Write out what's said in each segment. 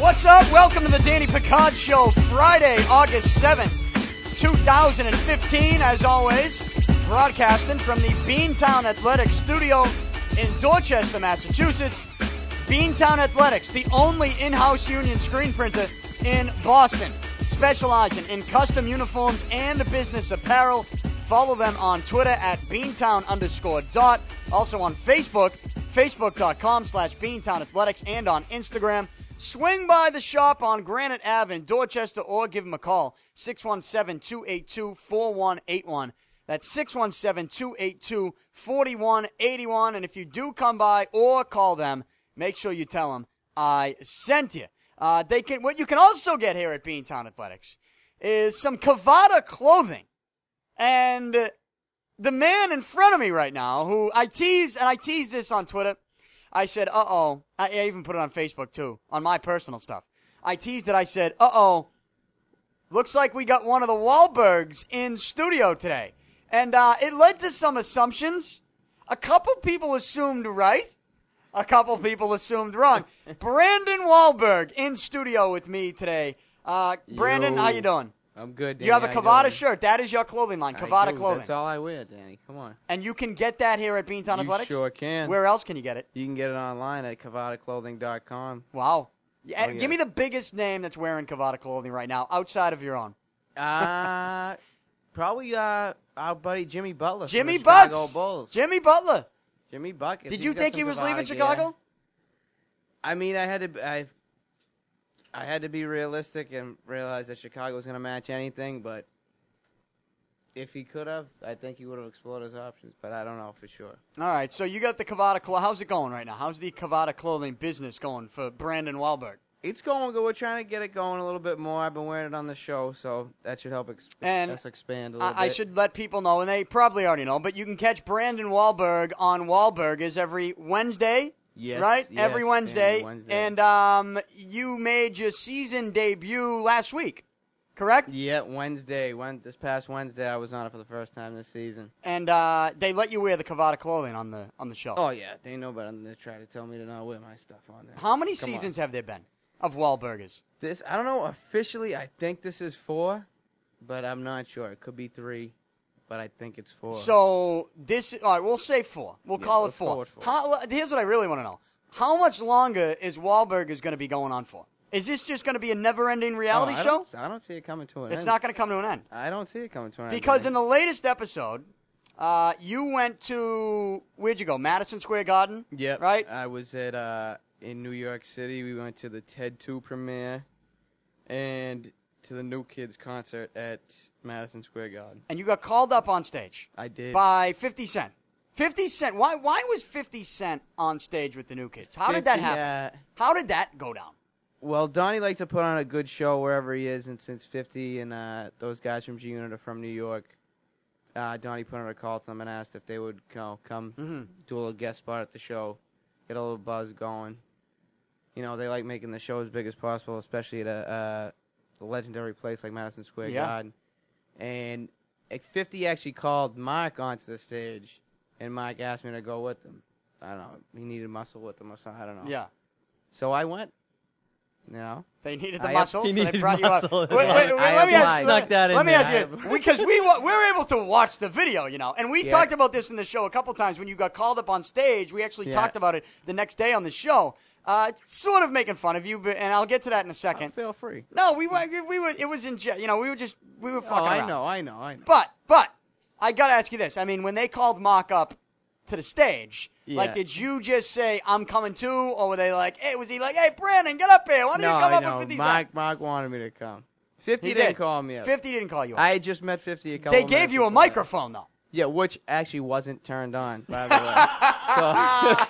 What's up? Welcome to the Danny Picard Show, Friday, August 7th, 2015. As always, broadcasting from the Beantown Athletics studio in Dorchester, Massachusetts. Beantown Athletics, the only in house union screen printer in Boston, specializing in custom uniforms and business apparel. Follow them on Twitter at Beantown underscore dot. Also on Facebook, facebook.com slash Beantown Athletics, and on Instagram. Swing by the shop on Granite Ave in Dorchester or give them a call 617 282 4181. That's 617 282 4181. And if you do come by or call them, make sure you tell them I sent you. Uh, they can, what you can also get here at Beantown Athletics is some Cavada clothing. And uh, the man in front of me right now, who I tease, and I teased this on Twitter. I said, uh oh. I, I even put it on Facebook too, on my personal stuff. I teased it. I said, uh oh. Looks like we got one of the Wahlbergs in studio today. And uh, it led to some assumptions. A couple people assumed right, a couple people assumed wrong. Brandon Wahlberg in studio with me today. Uh, Brandon, Yo. how you doing? I'm good. Danny. You have a How Cavada doing? shirt. That is your clothing line, I Cavada do. clothing. That's all I wear, Danny. Come on. And you can get that here at Beantown you Athletics. sure can. Where else can you get it? you can get it online at cavadaclothing.com. Wow. Yeah, Oh, yeah. Give me the biggest name that's wearing Cavada clothing right now, outside of your own. Uh, probably uh, our buddy Jimmy Butler. from Jimmy the Chicago Butts. Bulls. Jimmy Butler. Jimmy Buckets. Did He's you got think some he was Cavada leaving gear. Chicago? I mean, I had to. I, I had to be realistic and realize that Chicago was going to match anything, but. If he could have, I think he would have explored his options, but I don't know for sure. All right, so you got the Cavada clothing. How's it going right now? How's the Cavada clothing business going for Brandon Wahlberg? It's going good. We're trying to get it going a little bit more. I've been wearing it on the show, so that should help exp- And us expand a little I, I bit. should let people know, and they probably already know, but you can catch Brandon Wahlberg on Wahlbergers every Wednesday, Yes, right? yes, every Danny, Wednesday. Wednesday. And um, you made your season debut last week, correct? Yeah, Wednesday. When this past Wednesday, I was on it for the first time this season. And uh, they let you wear the Cavada clothing on the on the show. Oh yeah, they know better than to try to tell me to not wear my stuff on there. How many Come on. seasons have there been of Wahlburgers? This I don't know officially. I think this is four, but I'm not sure. It could be three, but I think it's four. So this, all right, we'll say four. We'll Yeah, call it let's four. call it four. How, here's what I really want to know: How much longer is Wahlburgers going to be going on for? Is this just going to be a never-ending Oh, reality I show? don't- I don't see it coming to an It's end. not going to come to an end I don't see it coming to an end. because in Danny. the latest episode, uh, you went to where'd you go? Madison Square Garden. Yep. Right. I was at uh in New York City. We went to the TED Two premiere, and to the New Kids concert at Madison Square Garden. And you got called up on stage I did. by Fifty Cent. Fifty Cent. Why? Why was Fifty Cent on stage with the New Kids? How did that 50, happen? uh, How did that go down? well, Donnie likes to put on a good show wherever he is, and since Fifty and uh, those guys from G Unit are from New York, uh, Donnie put on a call to them and asked if they would you know, come Mm-hmm. do a little guest spot at the show, get a little buzz going. You know, they like making the show as big as possible, especially at a, uh, a legendary place like Madison Square Yeah. Garden. And like, 50 actually called Mike onto the stage, and Mike asked me to go with him. I don't know. He needed muscle with him or something. I don't know. Yeah. So I went. You know? They needed the I- muscle, He so they needed brought you muscle. up. Wait, wait, wait, I let me ask, applied. Snuck that in let me there. ask you this, because we wa- we're able to watch the video, you know, and we Yeah. talked about this in the show a couple times. When you got called up on stage, we actually Yeah. talked about it the next day on the show, uh, sort of making fun of you, but, and I'll get to that in a I second. feel free. No, we were, we were, it was in, je- you know, we were just, we were fucking Oh, I around. know, I know, I know. But but I gotta ask you this. I mean, when they called mock up to the stage, like Yeah. did you just say I'm coming too, or were they like, hey, was he like, hey, Brandon, get up here? Why don't no, you come I up know. with 50 Mark, Mark wanted me to come. Fifty He didn't did. call me up. Fifty didn't call you. Up. I had just met Fifty a couple. they gave minutes you a before that. microphone though. Yeah, which actually wasn't turned on, by the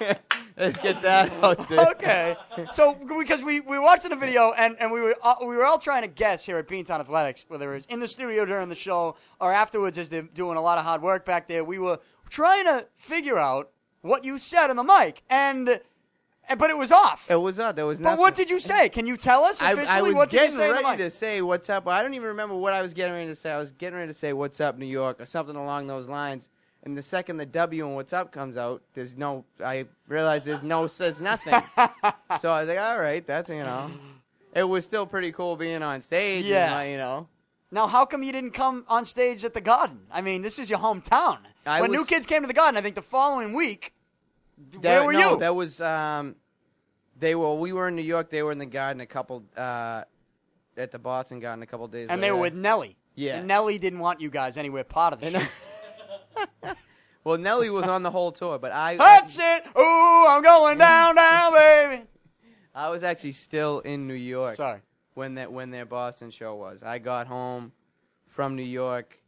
way. so let's get that out there. okay. So because we, we were watching the video and, and we were all, we were all trying to guess here at Beantown Athletics whether it was in the studio during the show or afterwards as they're doing a lot of hard work back there. We were trying to figure out what you said on the mic and, and but it was off. It was up. There was but nothing. what did you say? Can you tell us I, officially I was what did getting you say on the ready to mic? say what's up. I don't even remember what I was getting ready to say. I was getting ready to say what's up, New York, or something along those lines. And the second the W and what's up comes out, there's no. I realize there's no says nothing. so I was like, all right, that's you know. it was still pretty cool being on stage. and, Yeah. like, you know. Now, how come you didn't come on stage at the Garden? I mean, this is your hometown. I when was- New Kids came to the Garden, I think the following week, th- That- where were no, you? That was um, they were we were in New York. They were in the Garden a couple uh, at the Boston Garden a couple days. and they were with later. Nelly. Yeah. And Nelly didn't want you guys anywhere part of the show. well, Nelly was on the whole tour, but I That's it. Ooh, I'm going down, down, baby. I was actually still in New York Sorry. when that when their Boston show was. I got home from New York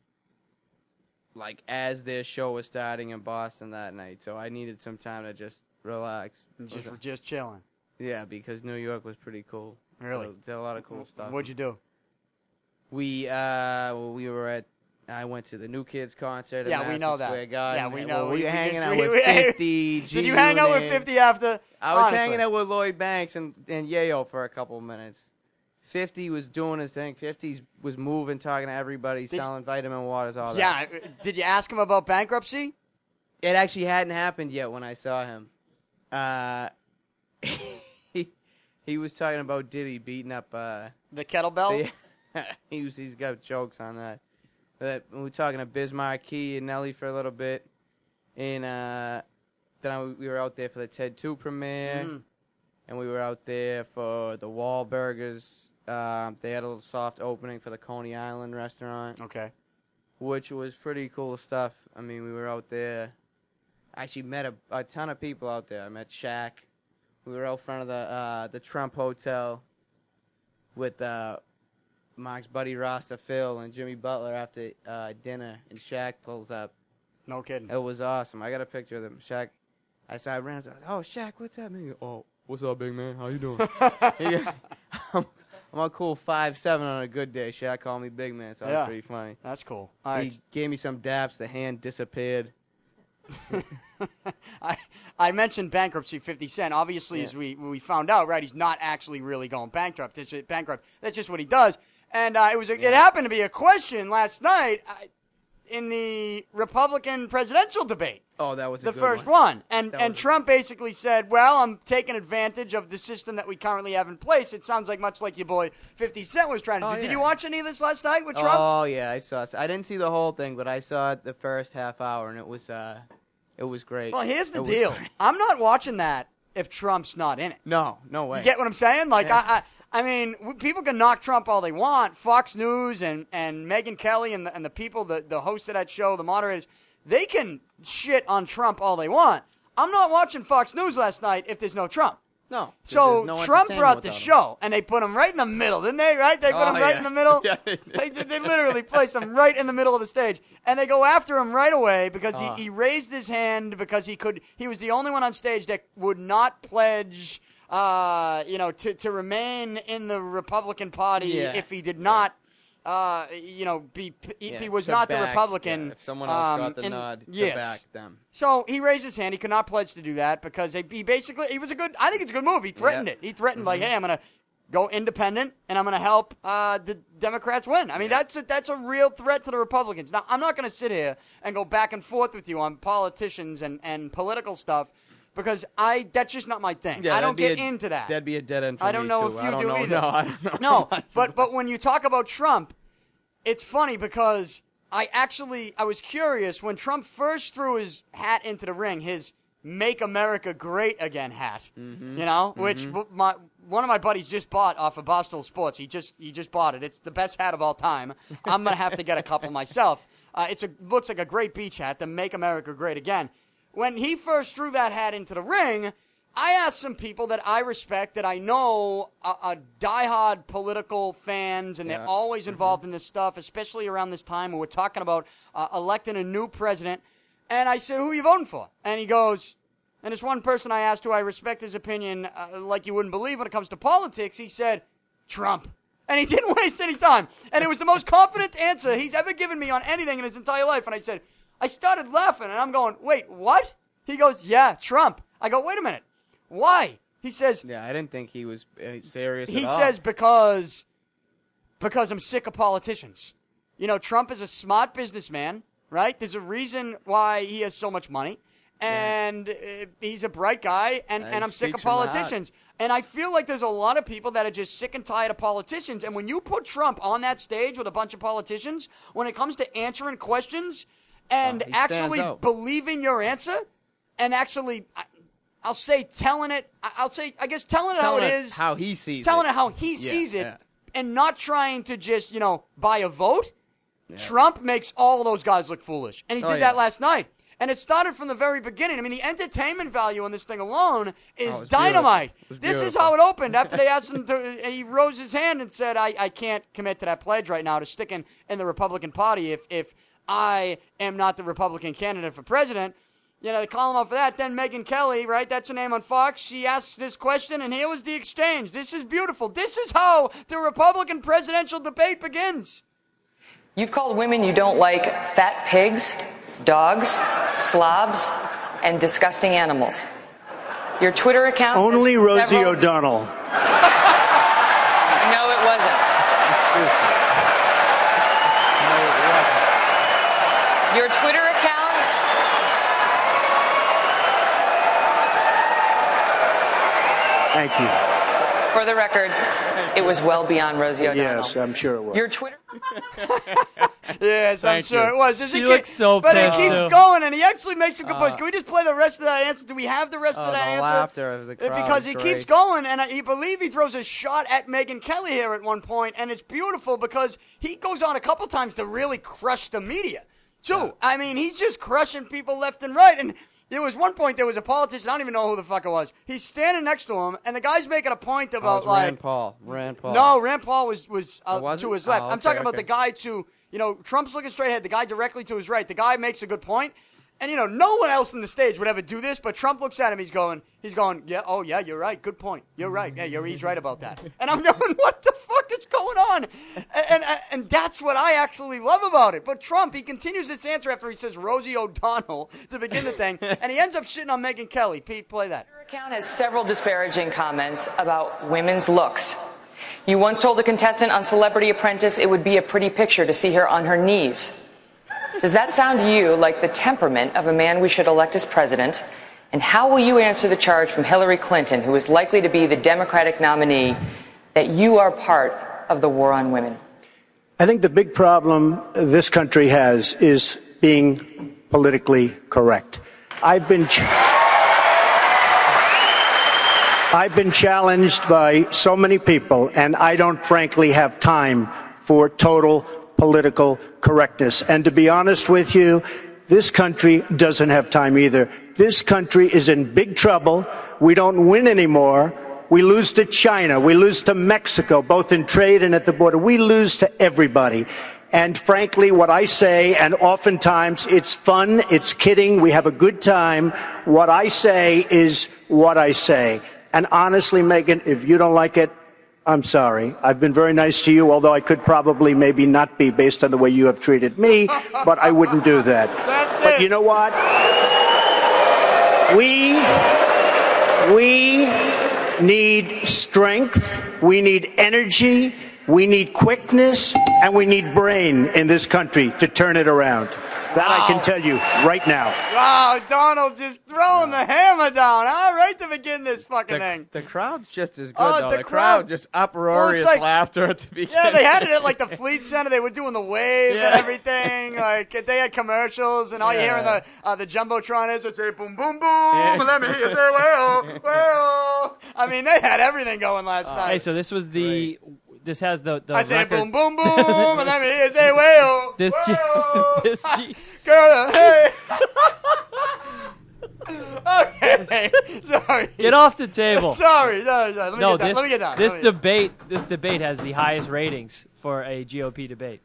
like as their show was starting in Boston that night, so I needed some time to just relax. Just, just chilling. yeah, because New York was pretty cool. Really? So, did a lot of cool stuff. What'd you do? We uh we were at I went to the New Kids concert. Yeah, at we know that. Square Garden. Yeah, we and- know. well, we, We- we were hanging just- out we- with we- Fifty. Did you hang out with G-Unit. 50 after? I was Honestly. hanging out with Lloyd Banks and and Yayo for a couple of minutes. Fifty was doing his thing. Fifty was moving, talking to everybody, you- selling vitamin waters, all Yeah. that. uh, Did you ask him about bankruptcy? it actually hadn't happened yet when I saw him. Uh, he he was talking about Diddy beating up. Uh, The kettlebell? Yeah. he was, he's got jokes on that. That we were talking to Bismarck Key and Nelly for a little bit, and uh, then I, we were out there for the Ted Two premiere, Mhm. and we were out there for the Wahlburgers. Um, they had a little soft opening for the Coney Island restaurant, Okay. which was pretty cool stuff. I mean, we were out there. I actually met a, a ton of people out there. I met Shaq. We were out front of the uh, the Trump Hotel with uh, Mark's buddy Rasta Phil and Jimmy Butler after uh, dinner, and Shaq pulls up. No kidding. It was awesome. I got a picture of them. Shaq, I saw I ran up to him. I was like, Oh, Shaq, what's up, man? He goes, Oh, what's up, big man? How you doing? He goes, I'm, I'm a cool five seven on a good day. Shaq called me big man, so that Yeah. was pretty funny. That's cool. All right. He gave me some daps. The hand disappeared. I I mentioned bankruptcy. Fifty Cent, obviously, as we we found out, right? He's not actually really going bankrupt. It's just bankrupt. That's just what he does. And uh, it was a, it happened to be a question last night I, in the Republican presidential debate, Oh, that was a the good first one. one. And That and was a- Trump basically said, "Well, I'm taking advantage of the system that we currently have in place." It sounds like much like your boy Fifty Cent was trying to Oh, do. Did yeah. you watch any of this last night with Trump? Oh yeah, I saw. I didn't see the whole thing, but I saw the first half hour, and it was uh, it was great. well, here's the It was deal. great. I'm not watching that if Trump's not in it. No, no way. You get what I'm saying? Like Yeah. I, I, I mean, w- people can knock Trump all they want. Fox News and and Megan Kelly and the, and the people, the the hosts of that show, the moderators, they can shit on Trump all they want. I'm not watching Fox News last night if there's no Trump. no. So there's no Trump entertainment brought the without him. show, and they put him right in the middle, didn't they? Right? They put Oh, him right yeah. in the middle. Yeah, they did. they, did- they literally placed him right in the middle of the stage, and they go after him right away because Ah. he, he raised his hand because he could. He was the only one on stage that would not pledge, uh, you know, to to remain in the Republican Party Yeah. if he did not. Uh, you know, be if Yeah, he was to not the back- Republican. yeah, if someone else um, got the and- nod to yes. back them. So he raised his hand. He could not pledge to do that because they- he basically he was a good. I think it's a good move. He threatened Yeah. Mm-hmm. it. He threatened like, hey, I'm gonna go independent and I'm gonna help uh, the Democrats win. I mean, Yeah. that's a, that's a real threat to the Republicans. Now, I'm not gonna sit here and go back and forth with you on politicians and and political stuff because I that's just not my thing. I don't that'd get be a- into that. That'd be a dead end for I don't me, know too. if you I don't do know. either. No, I don't know. No, but but when you talk about Trump, it's funny because I actually I was curious when Trump first threw his hat into the ring, his "Make America Great Again" hat. You know, which w- my one of my buddies just bought off of Boston Sports. He just he just bought it. It's the best hat of all time. I'm gonna have to get a couple myself. Uh, it's a looks like a great beach hat. The "Make America Great Again." When he first threw that hat into the ring, I asked some people that I respect, that I know are, are diehard political fans, and they're Yeah. always involved in this stuff, especially around this time when we're talking about uh, electing a new president. And I said, "Who are you voting for?" And he goes, and this one person I asked, who I respect his opinion, uh, like you wouldn't believe when it comes to politics, he said, "Trump." And he didn't waste any time. And it was the most confident answer he's ever given me on anything in his entire life. And I said, I started laughing, and I'm going, "Wait, what?" He goes, "Yeah, Trump." I go, "Wait a minute." Why? He says Yeah, I didn't think he was uh, serious. he at all. says because because I'm sick of politicians. You know, Trump is a smart businessman, right? There's a reason why he has so much money. and uh, he's a bright guy, and, Uh, and he I'm sick of speaks from the heart. politicians. And I feel like there's a lot of people that are just sick and tired of politicians. And when you put Trump on that stage with a bunch of politicians, when it comes to answering questions and Oh, he stands actually out. believing your answer, and actually, I- I'll say telling it, I- I'll say, I guess telling it Telling how it it is, how he sees telling it. it how he Yeah, sees it, yeah. and not trying to just, you know, buy a vote. Trump makes all those guys look foolish. And he did Oh, that yeah. last night. And it started from the very beginning. I mean, the entertainment value on this thing alone is Oh, it's dynamite. beautiful. It's This is beautiful. how it opened. After they asked him to, and he rose his hand and said, I, I can't commit to that pledge right now to sticking in the Republican Party if, if I am not the Republican candidate for president. You know, they call him out for that. Then Megan Kelly, right? That's her name on Fox. She asks this question, and here was the exchange. This is beautiful. This is how the Republican presidential debate begins. You've called women you don't like fat pigs, dogs, slobs, and disgusting animals. Your Twitter account. has Only Rosie several- O'Donnell. No, it wasn't. Your Twitter account. Thank you. For the record, it was well beyond Rosie O'Donnell. Yes, I'm sure it was. Your Twitter. Yes, I'm Thank sure you. it was. Does She it looks so But pissed, it keeps too. Uh. going, and he actually makes some good points. Can we just play the rest of that answer? Do we have the rest Oh, of that the answer? laughter of the Uh, crowd Because is he keeps great. going, and I he believe he throws a shot at Megan Kelly here at one point, and it's beautiful because he goes on a couple times to really crush the media, too. I mean, he's just crushing people left and right, and. There was one point there was a politician, I don't even know who the fuck it was. He's standing next to him, and the guy's making a point Oh, it's about like Rand Paul. Rand Paul. no, Rand Paul was was, Oh, uh, was to he? his left. Oh, I'm okay, talking about okay. the guy to you know Trump's looking straight ahead. The guy directly to his right. The guy makes a good point, and you know no one else in the stage would ever do this. But Trump looks at him. He's going, he's going, yeah, oh yeah, you're right. Good point. You're right. Yeah, you're, he's right about that. And I'm going, what the fuck is going on? And, and and that's what I actually love about it. But Trump, he continues his answer after he says Rosie O'Donnell to begin the thing, and he ends up shitting on Megan Kelly. Pete, play that. Your account has several disparaging comments about women's looks. You once told a contestant on Celebrity Apprentice it would be a pretty picture to see her on her knees. Does that sound to you like the temperament of a man we should elect as president? And how will you answer the charge from Hillary Clinton, who is likely to be the Democratic nominee, that you are part of the war on women? I think the big problem this country has is being politically correct. I've been. Ch- I've been challenged by so many people, and I don't frankly have time for total political correctness. And to be honest with you, this country doesn't have time either. This country is in big trouble. We don't win anymore. We lose to China. We lose to Mexico, both in trade and at the border. We lose to everybody. And frankly, what I say, and oftentimes it's fun, it's kidding, we have a good time. What I say is what I say. And honestly, Megan, if you don't like it, I'm sorry. I've been very nice to you, although I could probably maybe not be based on the way you have treated me, but I wouldn't do that. That's but it. you know what? We, we need strength, we need energy, we need quickness, and we need brain in this country to turn it around. That I can tell you right now. Wow, Oh, Donald just throwing the hammer down, huh? Right to begin this fucking The, thing. the crowd's just as good, Oh, though. the The, crowd, crowd- just uproarious like- laughter at the beginning. Yeah, they had it at like the Fleet Center. They were doing the wave and Yeah. everything. Like they had commercials, and all you hear in the Yeah. uh, the jumbotron is it's a boom, boom, boom. Let me hear you say well, well. I mean, they had everything going last night. Uh, Hey, so this was the. This has the the I say record. boom, boom, boom. and let me hear you say well, This G- well. this G- girl, hey. okay, sorry. Get off the table. Sorry, sorry, sorry. Let me no, get down. this Let me get down. this Let me- debate this debate has the highest ratings for a GOP debate,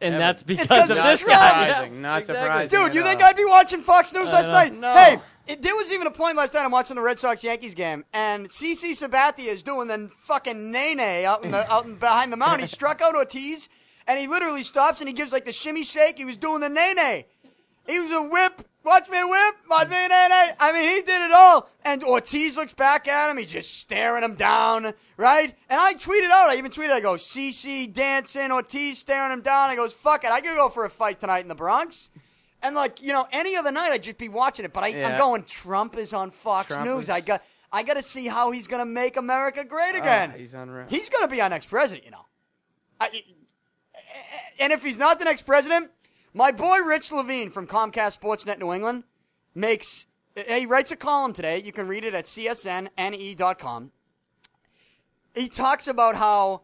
and Ever. that's because 'cause of of this Trump. guy. Surprising, not surprising. Dude, at you think all. I'd be watching Fox News last Uh, know. night? No. Hey, it, there was even a point last night I'm watching the Red Sox Yankees game, and CC Sabathia is doing the fucking nene out in the out in, behind the mound. He struck out Ortiz, and he literally stops and he gives like the shimmy shake. He was doing the nene. He was a whip. Watch me whip. Watch me nene. I mean, he did it all. And Ortiz looks back at him. He's just staring him down, right? And I tweeted out. I even tweeted. I go, CC dancing, Ortiz staring him down. I goes, fuck it. I could go for a fight tonight in the Bronx. And like you know, any other night I'd just be watching it, but I, I'm Yeah. going. Trump is on Fox Trump News. is- I got I got to see how he's going to make America great again. Oh, he's unreal. He's going to be our next president, you know. I, and if he's not the next president, my boy Rich Levine from Comcast Sportsnet New England makes he writes a column today. You can read it at csnne.com. E He talks about how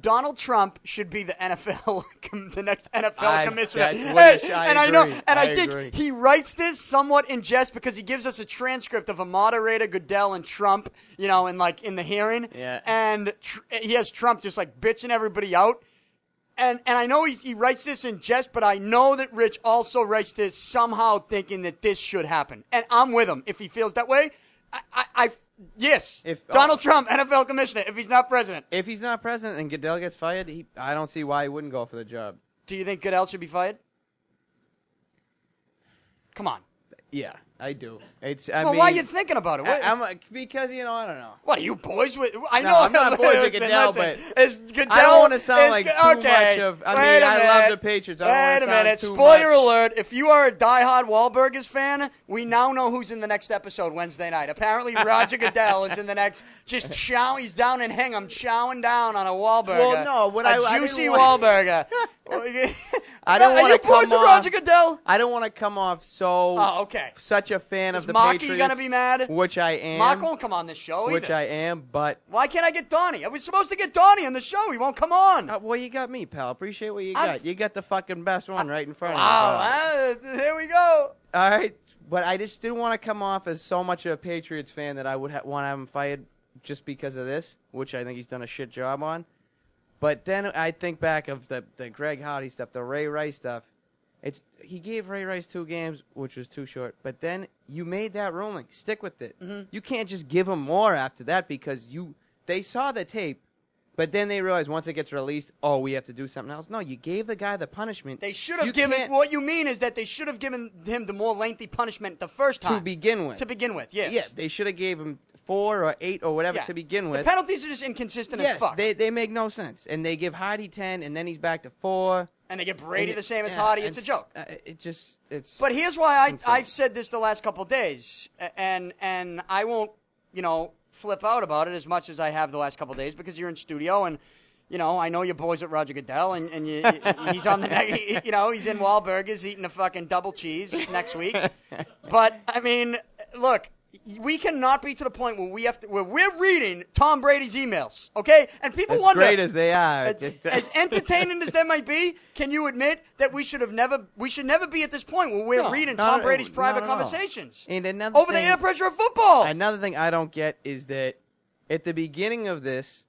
Donald Trump should be the NFL, com- the next NFL I- commissioner. that's what Hey, I- and I I know, agree. and I, I think agree. he writes this somewhat in jest because he gives us a transcript of a moderator, Goodell, and Trump, you know, and like in the hearing. Yeah. And tr- he has Trump just like bitching everybody out and and I know he, he writes this in jest, but I know that Rich also writes this somehow thinking that this should happen, and I'm with him if he feels that way. I, I, I yes, If- Donald oh. Trump, NFL commissioner, if he's not president, If he's not president and Goodell gets fired, he, I don't see why he wouldn't go for the job. do you think Goodell should be fired? Come on. Yeah, I do. It's I Well, mean, why are you thinking about it? I, What, I'm like, because you know I don't know. what are you boys with? I No, know I'm not boys with listen, Goodell, listen. but Is Goodell, I don't want to is sound like Go- too okay. much of. I Wait mean, a I love the minute. Patriots. I Wait don't a wanna sound minute. Too Spoiler much. alert. If you are a diehard Wahlburgers fan, we now know who's in the next episode Wednesday night. Apparently, Roger Goodell is in the next. Just chow. He's down in Hingham, chowing down on a Wahlburger. Well, no, what a I- I didn't juicy want- Wahlburger. I don't Are wanna you boys come with off- Roger Goodell? I don't want to come off so. Oh, okay. Such a fan Is of the Markey Patriots. gonna be mad? Which I am. Mark won't come on this show which either. I am, but. Why can't I get Donnie? I was supposed to get Donnie on the show. He won't come on. Uh, well, you got me, pal. Appreciate what you I'm- got. you got the fucking best one right in front of Wow, you. pal. ah, here we go. All right, but I just didn't want to come off as so much of a Patriots fan that I would ha- want to have him fired just because of this, which I think he's done a shit job on. But then I think back of the the Greg Hardy stuff, the Ray Rice stuff. It's he gave Ray Rice two games, which was too short. But then you made that ruling. Stick with it. Mm-hmm. You can't just give him more after that because you they saw the tape, but then they realized once it gets released, oh, we have to do something else. No, you gave the guy the punishment. They should have You given. can't- What you mean is that they should have given him the more lengthy punishment the first To time begin with. To begin with, yes. Yeah, they should have gave him four or eight or whatever Yeah. to begin The with. penalties are just inconsistent as yes, fuck. they they make no sense, and they give Hardy ten, and then he's back to four. and they get Brady And- the same as yeah, Hardy. It's, a joke. Uh, it just it's. But here's why I, Insane. I've said this the last couple of days, a- and and I won't, you know, flip out about it as much as I have the last couple of days because you're in studio and, you know, I know your boys at Roger Goodell and, and you, you- he's on the, ne- you know, he's in Wahlburgers eating a fucking double cheese next week. But I mean, look, we cannot be to the point where we have to where we're reading Tom Brady's emails, okay? And people as wonder great as they are, as, it just- uh, as entertaining as that might be, can you admit that we should have never we should never be at this point where we're No, reading not Tom at- Brady's not private at all. conversations And another over the thing- air pressure of football? Another thing I don't get is that at the beginning of this,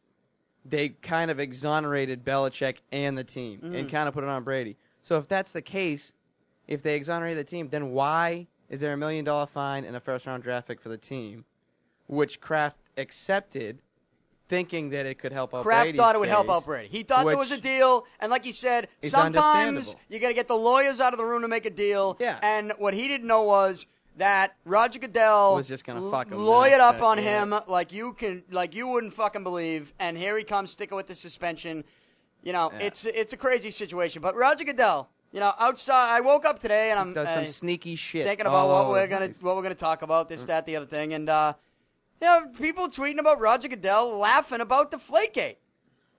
they kind of exonerated Belichick and the team Mm. and kind of put it on Brady. So if that's the case, if they exonerate the team, then why is there a million dollar fine and a first round draft pick for the team, which Kraft accepted, thinking that it could help out Kraft Brady's thought it would help case, out Brady. He thought there was a which- deal, and like he said, is sometimes understandable. you got to get the lawyers out of the room to make a deal. Yeah. And what he didn't know was that Roger Goodell Was just gonna fuck him. lawyered That's up it, on yeah. him like you can, like you wouldn't fucking believe. And here he comes, sticking with the suspension. You know, it's it's a crazy situation. But Roger Goodell, you know, outside, I woke up today and I'm Does some uh, sneaky shit. Oh, thinking about all what over we're the gonna place. what we're gonna talk about, this, that, the other thing, and uh, you know, people tweeting about Roger Goodell, laughing about the Flakegate.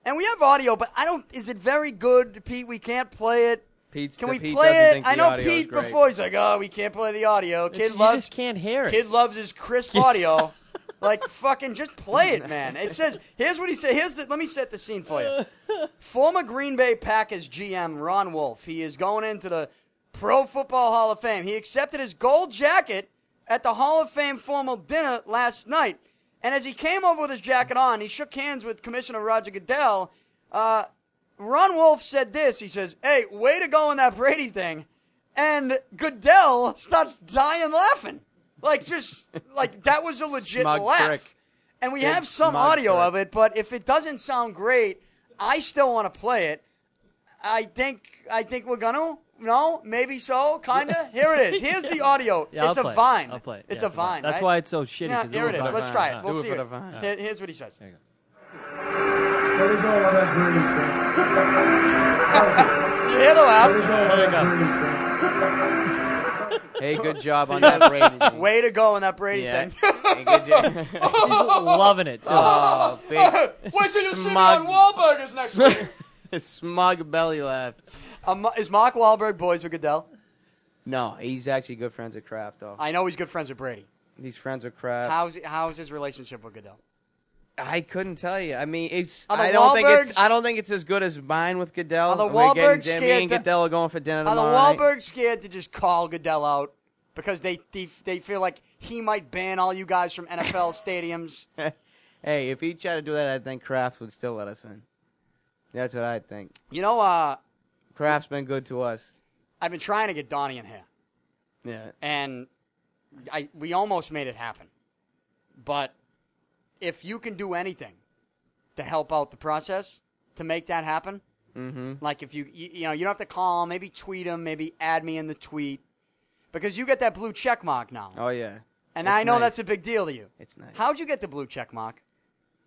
And we have audio, but I don't. Is it very good, Pete? We can't play it. Pete's- Can the we Pete play doesn't it? think I the know audio is Pete great. before he's like, "Oh, we can't play the audio." Kid It's- you loves just can't hear it. Kid loves his crisp audio. like fucking, just play it, man. It says, "Here's what he said." Here's the. Let me set the scene for you. Former Green Bay Packers GM Ron Wolf. He is going into the Pro Football Hall of Fame. He accepted his gold jacket at the Hall of Fame formal dinner last night. And as he came over with his jacket on, he shook hands with Commissioner Roger Goodell. Uh, Ron Wolf said this. He says, Hey, way to go on that Brady thing. And Goodell starts dying laughing. Like, just like that was a legit Smug laugh. prick. And we Big have some smug audio prick. of it, but if it doesn't sound great, I still want to play it. I think I think we're gonna. No, maybe so, kinda. Here it is. Here's the audio. Yeah, it's I'll a play it. vine. I'll play it. It's Yeah, a vine. That's right? why it's so shitty. Yeah, 'cause here was it is. a vine. Let's try it. Do We'll it see for it. the vine. Here- Here's what he says. Let it go on that Brady thing. You hear the laugh? Let it go on There you that Brady thing. Hey, good job on that Brady. thing. Way to go on that Brady yeah. thing. Hey, good job. Loving it too. Oh, big Wait till you see me on Smug. Wahlburgers next week. smug belly laugh. Um, is Mark Wahlberg boys with Goodell? No, he's actually good friends with Kraft, though. I know he's good friends with Brady. He's friends with Kraft. How's how's his relationship with Goodell? I couldn't tell you. I mean, it's. Are the I don't think Wahlbergs- it's. I don't think it's as good as mine with Goodell. Are the We're getting Wahlbergs din- scared Me and to- Goodell are going for dinner Are the tomorrow. night. Wahlbergs scared to just call Goodell out because they, they they feel like he might ban all you guys from NFL stadiums? Hey, if he tried to do that, I think Kraft would still let us in. That's what I think. You know, uh, Kraft's been good to us. I've been trying to get Donnie in here, Yeah. and I we almost made it happen. But if you can do anything to help out the process to make that happen, mm-hmm. like if you, you you know you don't have to call him, maybe tweet him, maybe add me in the tweet because you get that blue check mark now. Oh yeah. And It's I know nice. that's a big deal to you. It's nice. How'd you get the blue check mark?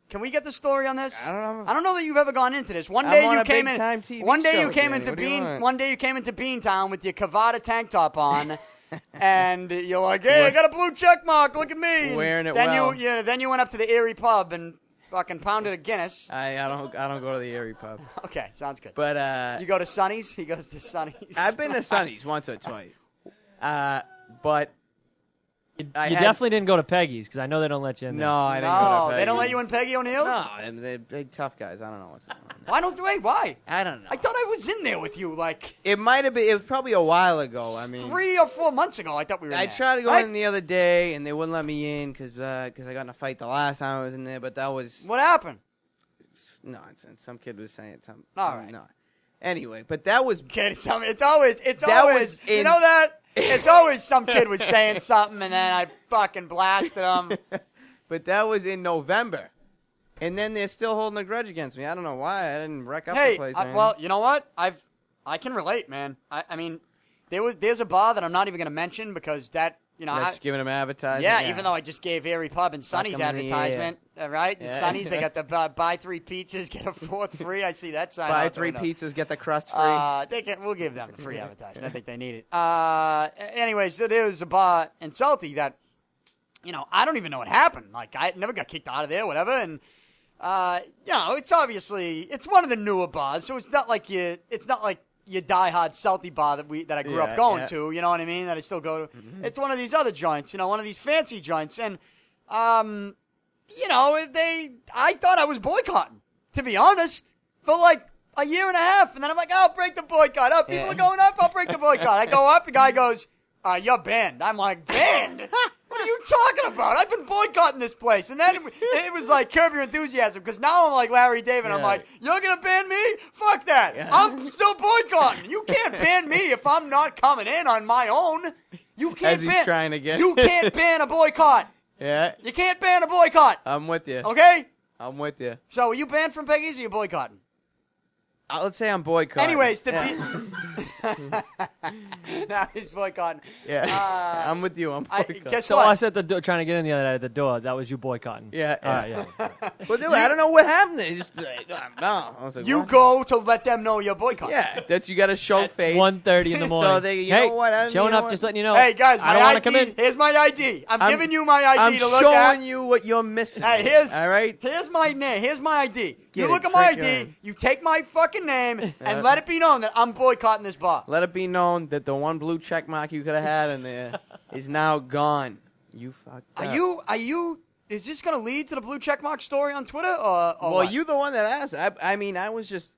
Can we get the story on this? I don't know. I don't know that you've ever gone into this. One I'm day on you a came in. big-time TV one day show, you came Danny. into What do you Bean. want? One day you came into Beantown with your Cavada tank top on, and you're like, "Hey, I got a blue check mark. Look at me." Wearing it Then well. you, yeah, then you went up to the Erie pub and fucking pounded a Guinness. I, I don't. I don't go to the Erie pub. Okay, sounds good. But uh, you go to Sonny's. He goes to Sonny's. I've been to Sonny's once or twice. Uh, but You, I you had- definitely didn't go to Peggy's because I know they don't let you in. no, I didn't. go no, to they don't let Peggy's. you in Peggy O'Neill's. No, I mean, they're big tough guys. I don't know what's going on. Why don't they? Why? I don't know. I thought I was in there with you, like. it might have been. It was probably a while ago. I mean, three or four months ago. I thought we were. I in there, tried to go right? in the other day, and they wouldn't let me in because I got in a fight the last time I was in there. But that was What happened? nonsense. Some kid was saying something. All right. No. Anyway, but that was Kid, some. It's always. It's That always. was in- You know that. It's always some kid was saying something, and then I fucking blasted him. but that was in November, and then they're still holding a grudge against me. I don't know why. I didn't wreck up the hey, place. or I, anything. well, you know what? I've. I can relate, man. I, I mean, there was there's a bar that I'm not even gonna mention because that you know. I, that's giving them advertising. yeah, even though I just gave Airy Pub and Sonny's 'em in the air. advertisement, uh, right? Yeah. Sonny's, they got the uh, buy three pizzas, get a fourth free. I see that sign. buy out the three window. pizzas, get the crust free. Uh, they can, we'll give them free advertising. I think they need it. Uh, a- anyway, so there was a bar in Salty that, you know, I don't even know what happened. Like, I never got kicked out of there, whatever. And, uh, you know, it's obviously, it's one of the newer bars. So it's not like you, it's not like your diehard Salty bar that we, that I grew up Yeah, going yeah. Mm-hmm. to, you know what I mean? That I still go to. It's one of these other joints, you know, one of these fancy joints. And, um, you know, they, I thought I was boycotting, to be honest, for like a year and a half. And then I'm like, I'll break the boycott up. People Yeah. are going up. I'll break the boycott. I go up. The guy goes, uh, you're banned. I'm like, banned? What are you talking about? I've been boycotting this place. And then it, it was like curb your enthusiasm because now I'm like Larry David. I'm Yeah. like, you're going to ban me? Fuck that. Yeah. I'm still boycotting. You can't ban me if I'm not coming in on my own. You can't As he's ban. trying to get- You can't ban a boycott. yeah, You can't ban a boycott. I'm with you. Okay? I'm with you. So are you banned from Peggy's or you boycotting? Uh, let's say I'm boycotting. Anyways, the yeah. pe- now he's boycotting. Yeah. Uh, I'm with you. I'm I, boycotting. guess So what? us at the door trying to get in the other night at the door. That was you boycotting. yeah, All right, yeah. yeah. Well, dude, I don't know what happened. They just like, "Oh, no. I was like, you what? go to let them know you're boycotting. Yeah, that's you got to show At face. 1.30 in the morning. So they- you hey, know what, I don't- showing you know up, what? just letting you know. Hey guys, my I don't ID. want to come in. Here's my ID. I'm, I'm- giving you my ID I'm to look showing at. you what you're missing. Hey, here's all right. Here's my name. Here's my ID. you Get look it, at my trick ID. on. You take my fucking name and Yeah. let it be known that I'm boycotting this bar. Let it be known that the one blue check mark you could have had in there is now gone. You fucked up. Are you? Are you? Is this going to lead to the blue checkmark story on Twitter? Or, or Well, what? you the one that asked. I, I mean, I was just,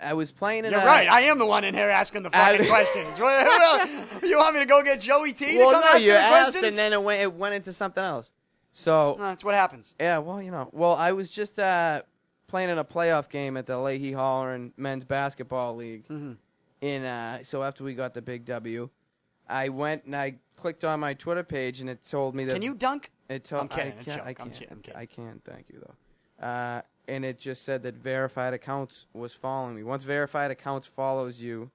I was playing it. You're out. right. I am the one in here asking the I- fucking questions. Well, well, you want me to go get Joey T to well, come no, ask you the asked, questions? and then it went, it went into something else. So No, that's what happens. Yeah, well, you know, well, I was just uh, playing in a playoff game at the Leahy Hollerin Men's Basketball League, Mm-hmm. and uh, so after we got the big W, I went and I clicked on my Twitter page, and it told me that Can you dunk? It told I'm kidding, I it's can't, joke, I I'm can't, kidding, I'm kidding. I can't. Thank you though. Uh, and it just said that verified accounts was following me. Once verified accounts follows you,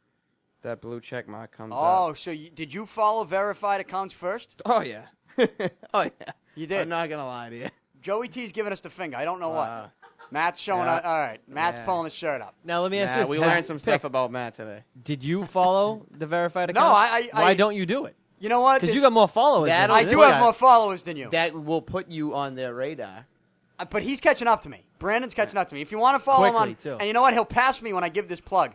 that blue check mark comes up. Oh, so you, did you follow verified accounts first? Oh yeah, oh yeah. You did. I'm not gonna lie to you. Joey T's giving us the finger. I don't know Wow. what. Matt's showing Uh, Yeah. up. All right, Matt's Yeah. pulling his shirt up. Now let me ask you Nah, this. we Have- learned some stuff about Matt today. Did you follow the verified No, account? I- I- Why I- don't you do it? You know what? Because you This- got more followers. That- than I this do have guy. more followers than you. That will put you on their radar. Uh, but he's catching up to me. Brandon's catching up to me. If you want to follow him on, Quickly, too. and you know what, he'll pass me when I give this plug.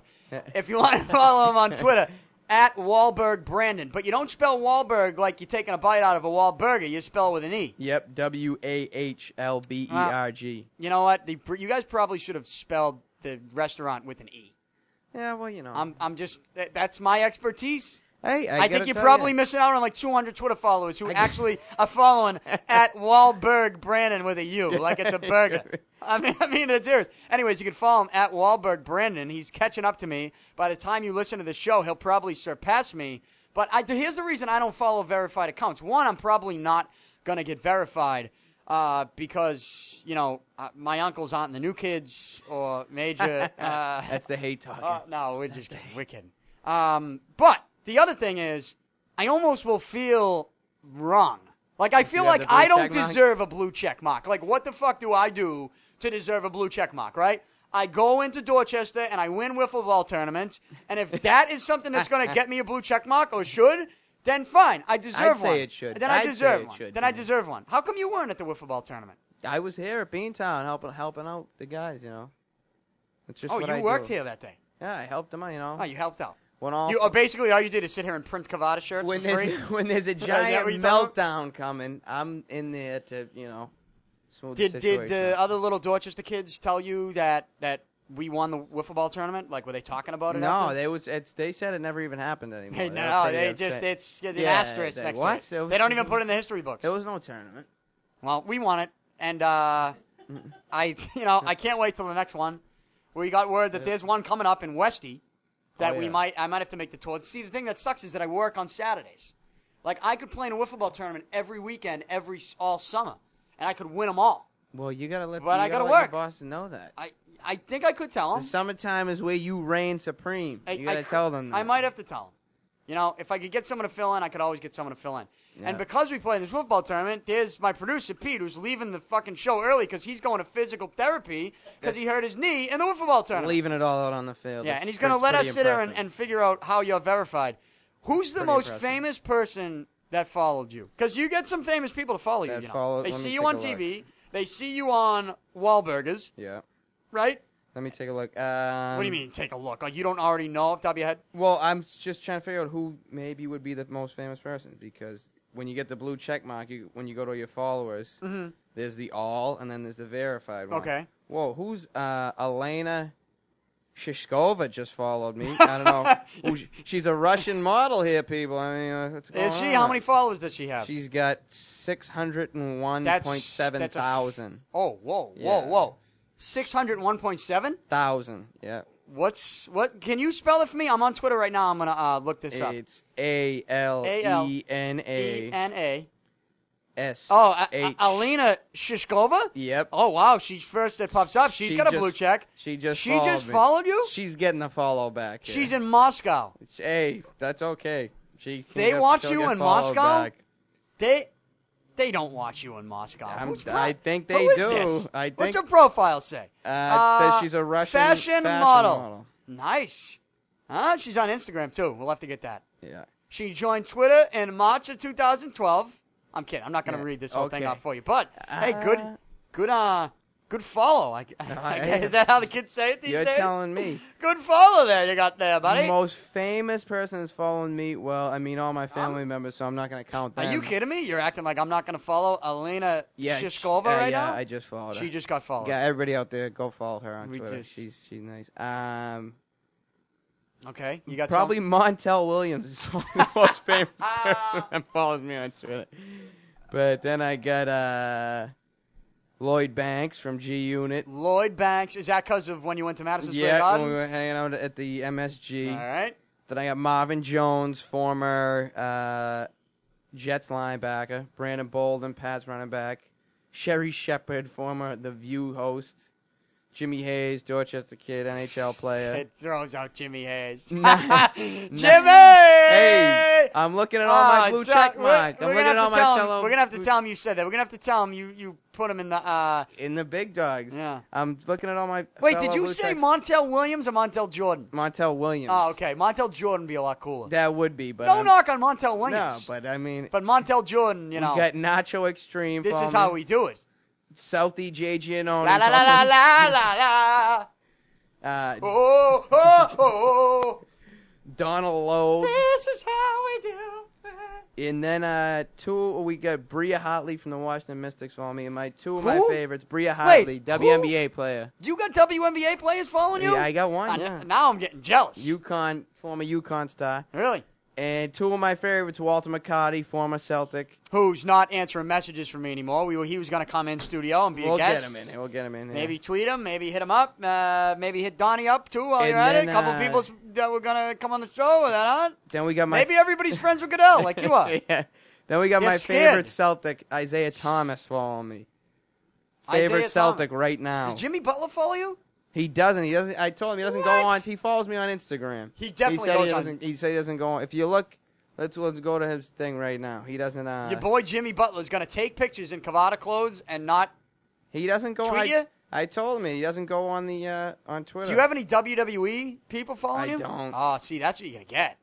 if you want to follow him on Twitter, at Wahlberg Brandon. But you don't spell Wahlberg like you're taking a bite out of a Wahlburger. You spell with an e. Yep, W A H L B E R G. You know what? The, pr- you guys probably should have spelled the restaurant with an e. Uh, Yeah, well, you know. I'm, I'm just that, that's my expertise. hey, I, I, gotta think you're tell probably ya. missing out on like 200 Twitter followers who I- actually are following at Wahlberg Brandon with a U, like it's a burger. I mean, I mean, it's serious. Anyways, you can follow him at Wahlberg Brandon. He's catching up to me. By the time you listen to the show, he'll probably surpass me. But I, here's the reason I don't follow verified accounts. One, I'm probably not gonna get verified uh, because you know uh, my uncles aren't the new kids or major. Uh, That's the hate talking. uh, no, we're just kidding. We're kidding. Um, but the other thing is, I almost will feel wrong. Like I feel you like have the blue I don't check mark? deserve a blue check mark. Like what the fuck do I do to deserve a blue check mark? Right? I go into Dorchester and I win wiffle ball tournaments, and if that is something that's going to get me a blue check mark or should, then fine, I deserve say one. it should. Then I I'd say deserve it one. should, then I yeah. deserve one. How come you weren't at the wiffle ball tournament? I was here at Beantown helping helping out the guys. You know, it's just Oh, what you I worked do. here that day. Yeah, I helped them out. You know, Oh, you helped out. went off You, oh, basically, all you did is sit here and print Cavada shirts when for free. there's when there's a that what giant you're talking meltdown coming. I'm in there to you know smooth the Did situation. did the other little Dorchester kids tell you that that we won the wiffle ball tournament? Like, were they talking about it? no, after? they was it's, they said it never even happened anymore. Hey, They were no, pretty they upset. just it's yeah, the Yeah, asterisk they- next to what? it. There was- They don't even put it in the history books. there was no tournament. Well, we won it, and uh, I you know I can't wait till the next one. We got word that there's one coming up in Westy that Oh, we yeah. might I might have to make the tour. See, the thing that sucks is that I work on Saturdays. Like I could play in a wiffle ball tournament every weekend, every s- all summer, and I could win them all. Well, you gotta let But you I gotta let your work. boss know that. I I think I could tell The them. summertime is where you reign supreme. I, you gotta I cou- tell them. That. I might have to tell them. You know, if I could get someone to fill in, I could always get someone to fill in. Yeah. And because we play in this football tournament, there's my producer Pete who's leaving the fucking show early because he's going to physical therapy because he hurt his knee in the football tournament. leaving it all out on the field. yeah, It's- and he's going to it's let us pretty sit there and, impressive. and figure out how you're verified. Who's the Pretty most impressive. famous person that followed you? Because you get some famous people to follow you. That you know. follow- they let me see you take on a look. TV. They see you on Wahlburgers, yeah. right? Let me take a look. Um, what do you mean? Take a look. Like you don't already know off the top of your head. Well, I'm s- just trying to figure out who maybe would be the most famous person because when you get the blue check mark, you, when you go to your followers, there's the all and then there's the verified one. Mm-hmm. Okay. Whoa, who's uh, Elena Shishkova just followed me? I don't know. Who sh- she's a Russian model here, people. I mean, uh, what's going Is she? How on? many followers does she have? She's got six hundred and one point seven that's a- thousand oh, whoa, whoa, Yeah. whoa. 601.7? thousand. Yeah. What's what can you spell it for me? I'm on Twitter right now. I'm going to uh, look this up. It's A L E N E A N A. S. Oh, A- H. A- Alina Shishkova? Yep. Oh wow, she's first that pops up. She's She got a just- blue check. She just She followed just me. followed you? She's getting the follow back. here. She's in Moscow. Hey, that's okay. She can They get- want she'll you get in followed Moscow? back. They they don't watch you in Moscow. I'm- Who's- I think they who is do. this? I What's think- her profile say? Uh, it says she's a Russian fashion, fashion model. model. Nice. Huh? She's on Instagram too. We'll have to get that. Yeah. She joined Twitter in March of 2012. I'm kidding. I'm not going to Yeah, read this whole thing okay. out for you. But hey, good, good, uh, good follow. I, I guess- is that how the kids say it these You're days? telling me. Good follow there you got there, buddy. The most famous person that's following me, well, I mean, all my family members, so I'm not going to count them. Um, Are you kidding me? You're acting like I'm not going to follow Elena Yeah, Shishkova uh, right yeah, now. I just followed her. she just got followed. Yeah, everybody out there, go follow her on We Twitter. just- She's she's nice. Um, Okay, you got probably some? Montel Williams is probably the most famous Ah. person that follows me on Twitter. But then I got uh, Lloyd Banks from G Unit. Lloyd Banks. Is that because of when you went to Madison Square Yeah, Garden? when we were hanging out at the MSG. All right. Then I got Marvin Jones, former uh, Jets linebacker. Brandon Bolden, Pats running back. Sherry Shepard, former The View host. Jimmy Hayes, Dorchester kid, NHL player. It throws out Jimmy Hayes. Jimmy! Hey, Hey, I'm looking at all my blue check mark. Oh, I'm We're looking gonna at have all to my tell him. fellow We're gonna have to blue- tell him you said that. We're gonna have to tell him you you put him in the. uh in the big dogs. Yeah. I'm looking at all my. Wait, fellow did you blue say checks. Montel Williams or Montel Jordan? Montel Williams? Oh, okay. Montel Jordan would be a lot cooler. That would be, but No I'm- knock on Montel No, Williams. but I mean, but Montel Jordan, you know, we got Nacho Extreme. this is from how we do it. Southie J Giannone. La la la la la la la. Uh, Oh, oh, oh. Donald Lowe, This is how we do it. and then uh, two we got Bria Hartley from the Washington Mystics for me, and my two of my Who? favorites, Bria Hartley, who? WNBA player, You got WNBA players following you? Yeah, I got one, I- yeah. Now I'm getting jealous. UConn former UConn star, really? and two of my favorites, Walter McCarty, former Celtic. Who's not answering messages from me anymore? We were, he was going to come in studio and be We'll a guest. get him in. here. We'll get him in. here. Maybe tweet him. Maybe hit him up. Uh, maybe hit Donnie up too while And you're at it. then, A couple uh, people that were going to come on the show with that on. Then we got my Maybe everybody's friends with Goodell, like you are. yeah. Then we got You're my scared. favorite Celtic, Isaiah Thomas, following me. Isaiah Favorite Thomas. Celtic right now. Does Jimmy Butler follow you? He doesn't. He doesn't. I told him he doesn't What? go on. He follows me on Instagram. He definitely said goes he on- doesn't, He said he doesn't go on. If you look, let's let's go to his thing right now. He doesn't. Uh, Your boy Jimmy Butler's going to take pictures in Cavada clothes and not. he doesn't go. Tweet I, ya? I told him he doesn't go on the uh, on Twitter. Do you have any WWE people following I you? don't. Oh, see, that's what you're going to get.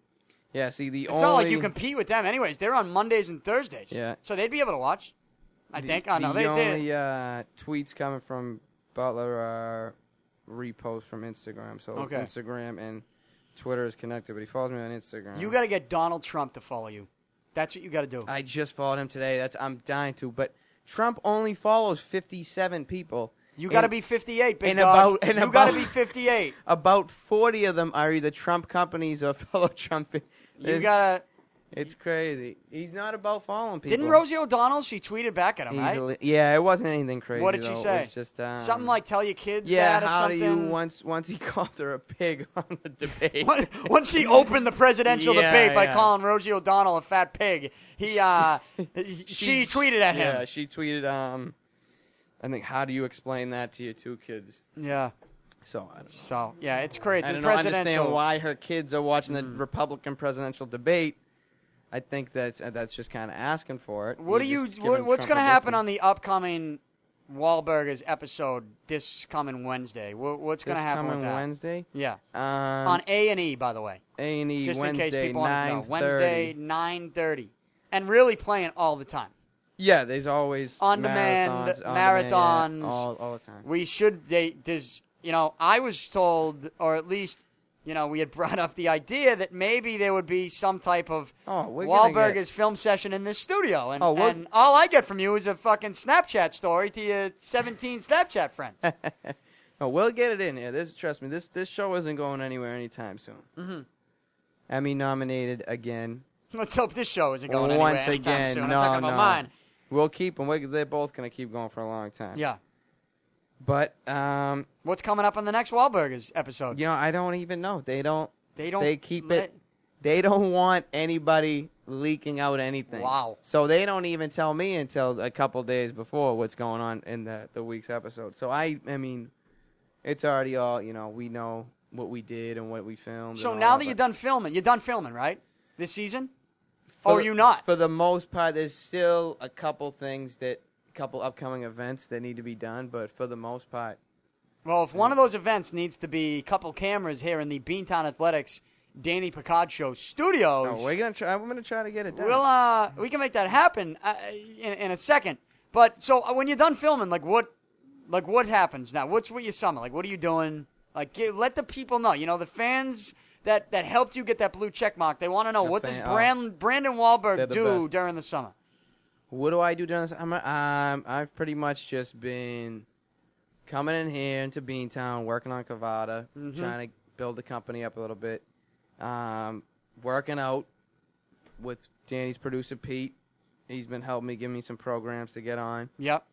Yeah. See the It's only. not like you compete with them, anyways. They're on Mondays and Thursdays. Yeah. So they'd be able to watch. I the- think. Oh no, the they only did. uh, tweets coming from Butler are reposts from Instagram. So Okay. Instagram and Twitter is connected, but he follows me on Instagram. You got to get Donald Trump to follow you. That's what you got to do. I just followed him today. That's I'm dying to. But Trump only follows 57 people. you got to And be 58, big and dog. about- and you got to about- be 58. About 40 of them are either Trump companies or fellow Trump. You got to. It's crazy. He's not about following people. Didn't Rosie O'Donnell? She tweeted back at him, He's right? a li- yeah, it wasn't anything crazy. What did she though. say? It was just um, something like "Tell your kids Yeah, that" or how something. do you once once he called her a pig on the debate? When- Once he opened the presidential Yeah, debate by yeah. calling Rosie O'Donnell a fat pig, he uh, he- she, tweeted at him. Yeah, she tweeted. Um, I think. How do you explain that to your two kids? yeah. So I don't know. So yeah, it's great. I the don't know, presidential. Hmm. understand why her kids are watching the Republican presidential debate. I think that's uh, that's just kind of asking for it. What do you? just What, giving what's Trump going to happen publicity. on the upcoming Wahlburgers episode this coming Wednesday? What, what's going to This happen coming with that? Wednesday? Yeah, Um, on A and E, by the way, A and E just in case Wednesday people want to know. nine Wednesday thirty. nine thirty, and really playing all the time. Yeah, there's always On-demand marathons, on-demand, yeah, marathons. all, all the time. We should. They there's you know I was told, or at least you know we had brought up the idea that maybe there would be some type of Oh, we're gonna Wahlbergers get- film session in this studio, and, Oh, we're- and all I get from you is a fucking Snapchat story to your seventeen Snapchat friends. No, we'll get it in here. This trust me, this this show isn't going anywhere anytime soon. Mm-hmm. Emmy nominated again. Let's hope this show isn't going anywhere Once anytime again, soon. I'm no, talking about no. mine. We'll keep them. We're, they're both gonna keep going for a long time. Yeah. But um, What's coming up on the next Wahlburgers episode? you know, I don't even know. They don't. They don't. They keep let- it. They don't want anybody leaking out anything. Wow. So they don't even tell me until a couple days before what's going on in the the week's episode. So I, I mean, it's already all you know. We know what we did and what we filmed. So and now all that you're but done filming, you're done filming, right? This season? for or the- oh, you not? For the most part, there's still a couple things that, couple upcoming events that need to be done. But for the most part, Well, if one of those events needs to be a couple cameras here in the Beantown Athletics Danny Picard Show studios, no, we're gonna try. I'm gonna try to get it done. we'll uh we can make that happen uh, in, in a second. But so uh, when you're done filming, like what, like what happens now? What's with your summer? Like what are you doing? Like get, let the people know. You know the fans that that helped you get that blue check mark. They want to know The what fan- does oh. Brand, Brandon Wahlberg They're the do best. during the summer? what do I do during this? I'm, um, I've pretty much just been coming in here into Beantown, working on Cavada, Mm-hmm. trying to build the company up a little bit, um, working out with Danny's producer Pete. He's been helping me, give me some programs to get on. Yep.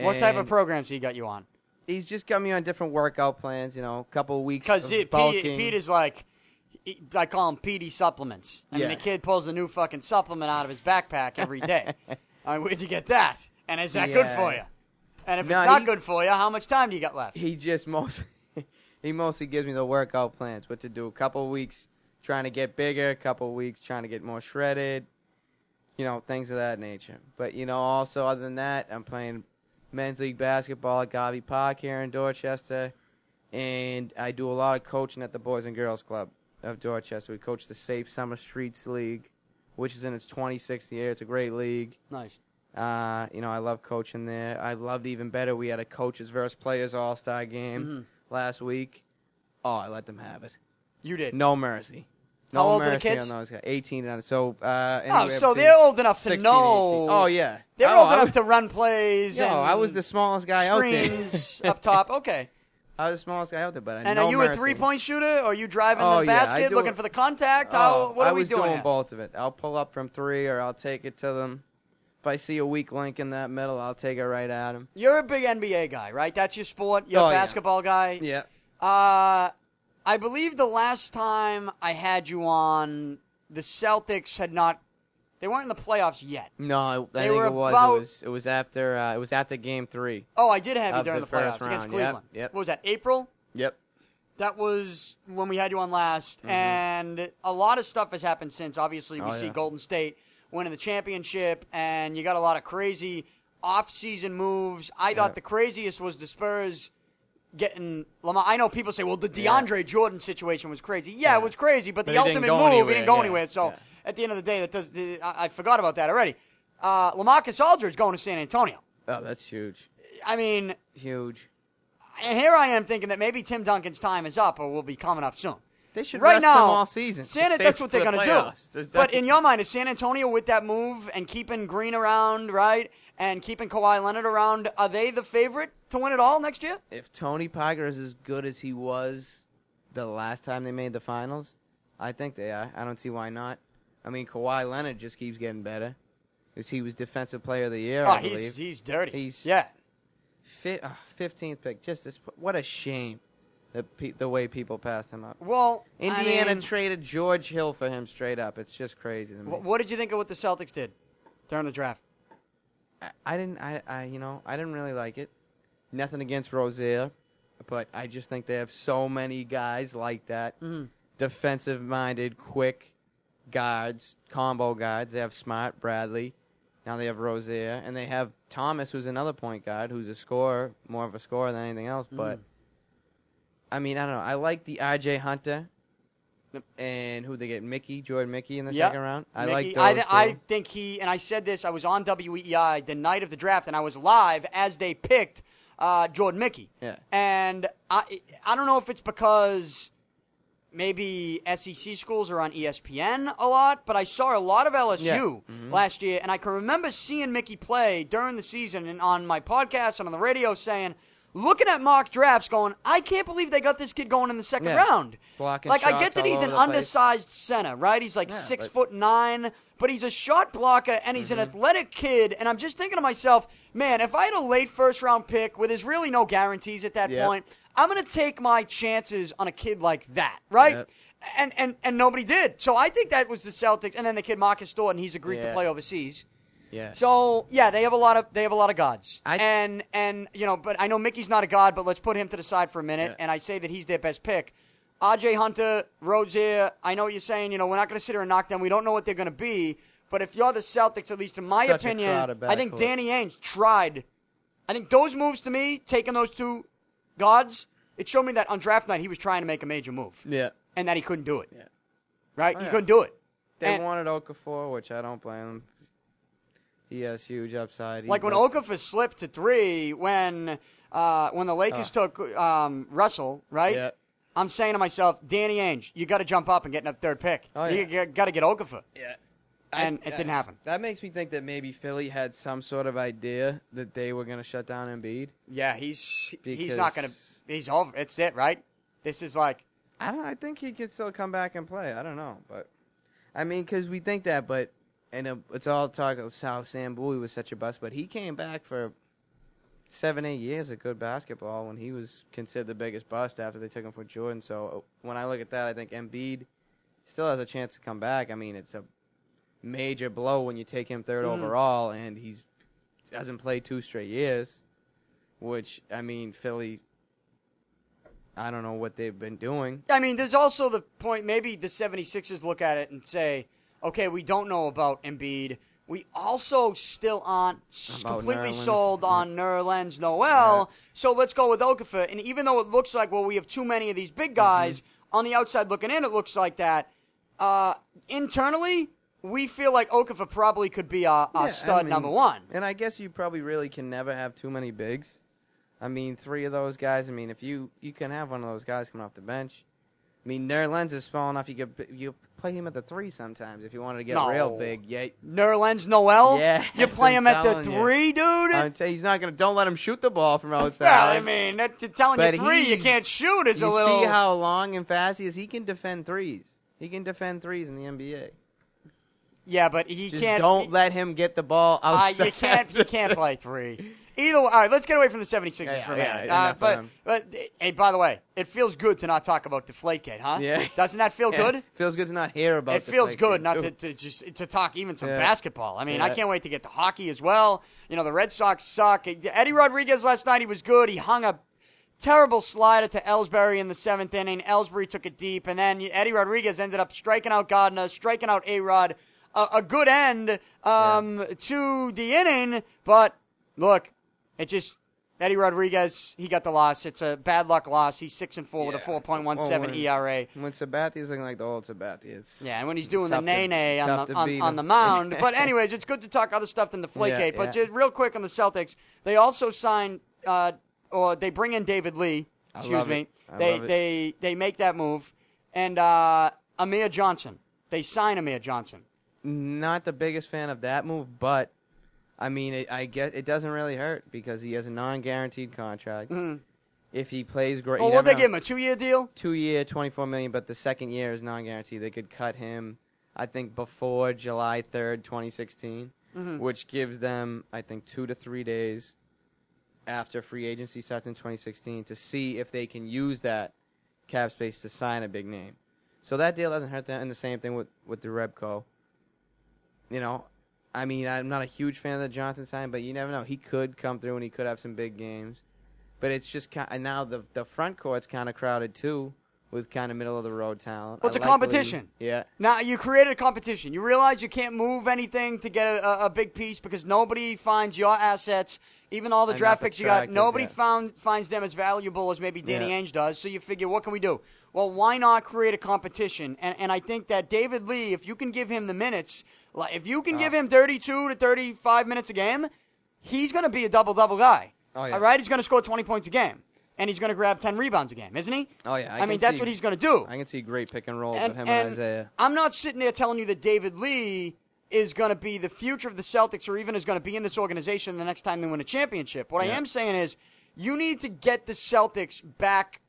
What type of And programs he got you on? He's just got me on different workout plans. You know, a couple of weeks Because of Pete, bulking. Pete is like, he- I call him Petey supplements. I Yeah. mean, the kid pulls a new fucking supplement out of his backpack every day. I mean, where'd you get that? And is that good Yeah. for you? And if No, it's not he- good for you, how much time do you got left? He just mostly he mostly gives me the workout plans, what to do. A couple weeks trying to get bigger, a couple weeks trying to get more shredded, you know, things of that nature. But you know, also other than that, I'm playing men's league basketball at Gavi Park here in Dorchester, and I do a lot of coaching at the Boys and Girls Club of Dorchester. We coach the Safe Summer Streets League, which is in its 26th year. It's a great league. Nice. Uh, you know, I love coaching there. I loved even better. We had a coaches versus players all star game Mm-hmm. last week. Oh, I let them have it. You did. No mercy. No How old are the mercy kids? on those guys. Eighteen and so. Uh, Oh, anywhere so between they're old enough to 16, know. 18. Oh yeah, They're Oh, old I enough was- to run plays. Yo, and I was the smallest guy out there. screens up top. Okay. I was the smallest guy out there, but I And no are you mercy. a three-point shooter? Or are you driving Oh, the yeah, I basket, do looking it- for the contact? Oh, How, what I are we was doing? doing here? both of it. I'll pull up from three, or I'll take it to them. If I see a weak link in that middle, I'll take it right at him. You're a big NBA guy, right? That's your sport. You're Oh, a yeah. basketball guy. Yeah. Uh, I believe the last time I had you on, the Celtics had not. They weren't in the playoffs yet. No, I, I They think were it was. about- It was. It was after. Uh, it was after game three. Oh, I did have you Of during the, the first playoffs against round, yep, Cleveland. yep. What was that? April. Yep. That was when we had you on last, and a lot of stuff has happened since. Obviously, we Mm-hmm. Oh, see yeah. Golden State winning the championship, and you got a lot of crazy off-season moves. I thought the craziest was the Spurs getting Lamar. I know people say, "Well, the Yeah. DeAndre Jordan situation was crazy." Yeah, it was crazy, but, But the it didn't ultimate go move anywhere, it didn't go yeah, anywhere. So yeah. at the end of the day, that does. the- I, I forgot about that already. Uh, Lamarcus Aldridge going to San Antonio. Oh, that's huge. I mean, Huge. and here I am thinking that maybe Tim Duncan's time is up, or will be coming up soon. They should right rest now, him all season. San, Save that's him what for they're the going to playoffs. do. Does But that- in your mind, is San Antonio with that move and keeping Green around, right, and keeping Kawhi Leonard around, are they the favorite to win it all next year? if Tony Parker is as good as he was the last time they made the finals, I think they are. I don't see why not. I mean, Kawhi Leonard just keeps getting better. 'Cause he was Defensive Player of the Year, Oh, I he's believe. he's dirty. He's- yeah. Fi- oh, 15th pick. Just this. What a shame. The pe- the way people passed him up. Well, I Indiana mean, traded George Hill for him straight up. It's just crazy to me. wh- what did you think of what the Celtics did during the draft? I- I didn't. I, I you know I didn't really like it. Nothing against Rozier, but I just think they have so many guys like that, Mm-hmm. defensive-minded, quick guards, combo guards. They have Smart, Bradley. Now they have Rozier, and they have Thomas, who's another point guard, who's a scorer, more of a scorer than anything else. But Mm-hmm. I mean, I don't know. I like the R.J. Hunter. And who they get? Mickey, Jordan Mickey in the Yeah. second round. I like Mickey- those. I, th- I two. think he and I said this. I was on WEI the night of the draft, and I was live as they picked uh, Jordan Mickey. Yeah. And I I don't know if it's because maybe SEC schools are on E ESPN a lot, but I saw a lot of LSU Yeah. Mm-hmm. Mm-hmm. last year, and I can remember seeing Mickey play during the season and on my podcast and on the radio saying. Looking at mock drafts, going, I can't believe they got this kid going in the second Yeah. round. Blocking like I get shots that all he's over an the place. undersized center, right? He's like Yeah, six but- foot foot nine, but he's a shot blocker and he's an Mm-hmm. athletic kid. And I'm just thinking to myself, man, if I had a late first round pick where there's really no guarantees at that Yep. point, I'm gonna take my chances on a kid like that, right? Yep. And and and nobody did. So I think that was the Celtics. And then the kid Marcus Thornton, he's agreed to Yeah. play overseas. yeah. So yeah, they have a lot of they have a lot of gods, I- and and you know, but I know Mickey's not a god, but let's put him to the side for a minute. Yeah. And I say that he's their best pick. Aj Hunter, Rozier. I know what you're saying. You know, we're not going to sit here and knock them. We don't know what they're going to be. But if you're the Celtics, at least in my Such a opinion, crowd of I think backcourt. Danny Ainge tried. I think those moves to me, taking those two gods, it showed me that on draft night he was trying to make a major move, yeah. Oh, and that he couldn't do it. Yeah. Right, he yeah. couldn't do it. They And- wanted Okafor, which I don't blame him. He has huge upside. He Like when looks- Okafor slipped to three when uh, when the Lakers took um, Russell, right? Yeah. I'm saying to myself, Danny Ainge, you got to jump up and get a third pick. Oh, yeah. You got to get Okafor. Yeah. And it didn't happen. That makes me think that maybe Philly had some sort of idea that they were going to shut down Embiid. Yeah, he's he's Because- not gonna. He's over. It's it, right? This is like I don't. I think he could still come back and play. I don't know, but I mean, because we think that, but and uh, it's all talk of how Sam Bowie was such a bust, but he came back for seven, eight years of good basketball when he was considered the biggest bust after they took him for Jordan. So uh, when I look at that, I think Embiid still has a chance to come back. I mean, it's a major blow when you take him 3rd overall and he's hasn't played two straight years. which I mean Philly. I don't know what they've been doing. I mean, there's also the point maybe the 76ers look at it and say, okay, we don't know about Embiid. We also still aren't s- About completely Nerlens. sold on Nerlens Noel. So let's go with Okafor. And even though it looks like, well, we have too many of these big Mm-hmm. guys, on the outside looking in, it looks like that. Uh, internally, we feel like Okafor probably could be our, our Yeah, I stud mean, number one. And I guess you probably really can never have too many bigs. I mean, three of those guys. I mean, if you you can have one of those guys coming off the bench. I mean, Nerlens is small enough. You could you play him at the three sometimes if you wanted to get real No. big. Yeah, Nerlens Noel? Yes, You play I'm him at the telling you. three, dude? I'm tell- he's not gonna. Don't let him shoot the ball from outside. Well, I mean, that, to telling But you three, you he's- can't shoot is you a little. see how long and fast he is. He can defend threes. He can defend threes in the NBA. yeah, but he Just can't. don't he- let him get the ball Uh, outside. you can't. You can't play three. Either way, all right, let's get away from the 76ers Yeah, for a yeah, minute. yeah, uh, enough but, of but, hey, by the way, it feels good to not talk about Deflategate, huh? Yeah. Doesn't that feel Yeah, good? Feels good to not hear about. It the feels play good too. not to, to just to talk even some Yeah. basketball. I mean, I Yeah. can't wait to get to hockey as well. You know, the Red Sox suck. Eddie Rodriguez last night he was good. He hung a terrible slider to Ellsbury in the seventh inning. Ellsbury took it deep, and then Eddie Rodriguez ended up striking out Gardner, striking out A Rod. A, a good end um, to the inning, but look, it just. Eddie Rodriguez, he got the loss. It's a bad luck loss. He's six and four with a Yeah. four point one seven E Oh, ERA. When Sabathia's looking like the old Sabathia, it's Yeah, and when he's doing the tough to- nay nay on tough the, to on, beat on him. the mound. but anyways, it's good to talk other stuff than the flake Yeah, eight. But yeah. just real quick on the Celtics, they also sign uh, or they bring in David Lee. Excuse love me. it. I they love it. they they make that move, and uh, Amir Johnson. They sign Amir Johnson. not the biggest fan of that move, but I mean, it, I guess it doesn't really hurt because he has a non-guaranteed contract. If he plays great, Oh, you Mm-hmm. well, never they know. give him a two year deal. two year, twenty four million, but the second year is non guaranteed. They could cut him, I think, before July third, twenty Mm-hmm. which gives them, I think, two to three days after free agency starts in twenty sixteen to see if they can use that cap space to sign a big name. So that deal doesn't hurt them, and the same thing with with the Rebco. You know, I mean, I'm not a huge fan of the Johnson sign, but you never know. He could come through, and he could have some big games. But it's just kind and now the the front court's kind of crowded too, with kind of middle of the road talent. Well, it's a I like competition. Lee. Yeah, Now you created a competition. You realize you can't move anything to get a, a- a big piece because nobody finds your assets, even all the And draft not picks you got. attractive, Nobody yeah. found finds them as valuable as maybe Danny Yeah. Ainge does. So you figure, what can we do? Well, why not create a competition? And and I think that David Lee, if you can give him the minutes, like if you can Uh. give him 32 to 35 minutes a game, he's going to be a double double guy. Oh, yeah. All right, he's going to score 20 points a game. And he's going to grab 10 rebounds a game, isn't he? Oh, yeah, I I, mean, can that's see- what he's going to do. I can see great pick and rolls And- with him and and Isaiah. I'm not sitting there telling you that David Lee is going to be the future of the Celtics or even is going to be in this organization the next time they win a championship. What I Yeah. am saying is you need to get the Celtics back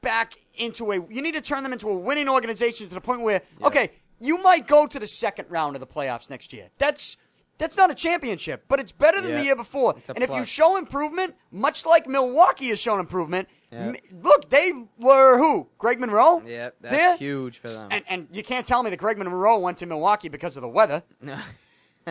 back into a you need to turn them into a winning organization to the point where okay, you might go to the second round of the playoffs next year. That's that's not a championship, but it's better than Yeah. the year before. It's a And if you plus. show improvement, much like Milwaukee has shown improvement, Yeah. m- look, they were who? Greg Monroe? Yeah, that's There? huge for them. And and you can't tell me that Greg Monroe went to Milwaukee because of the weather.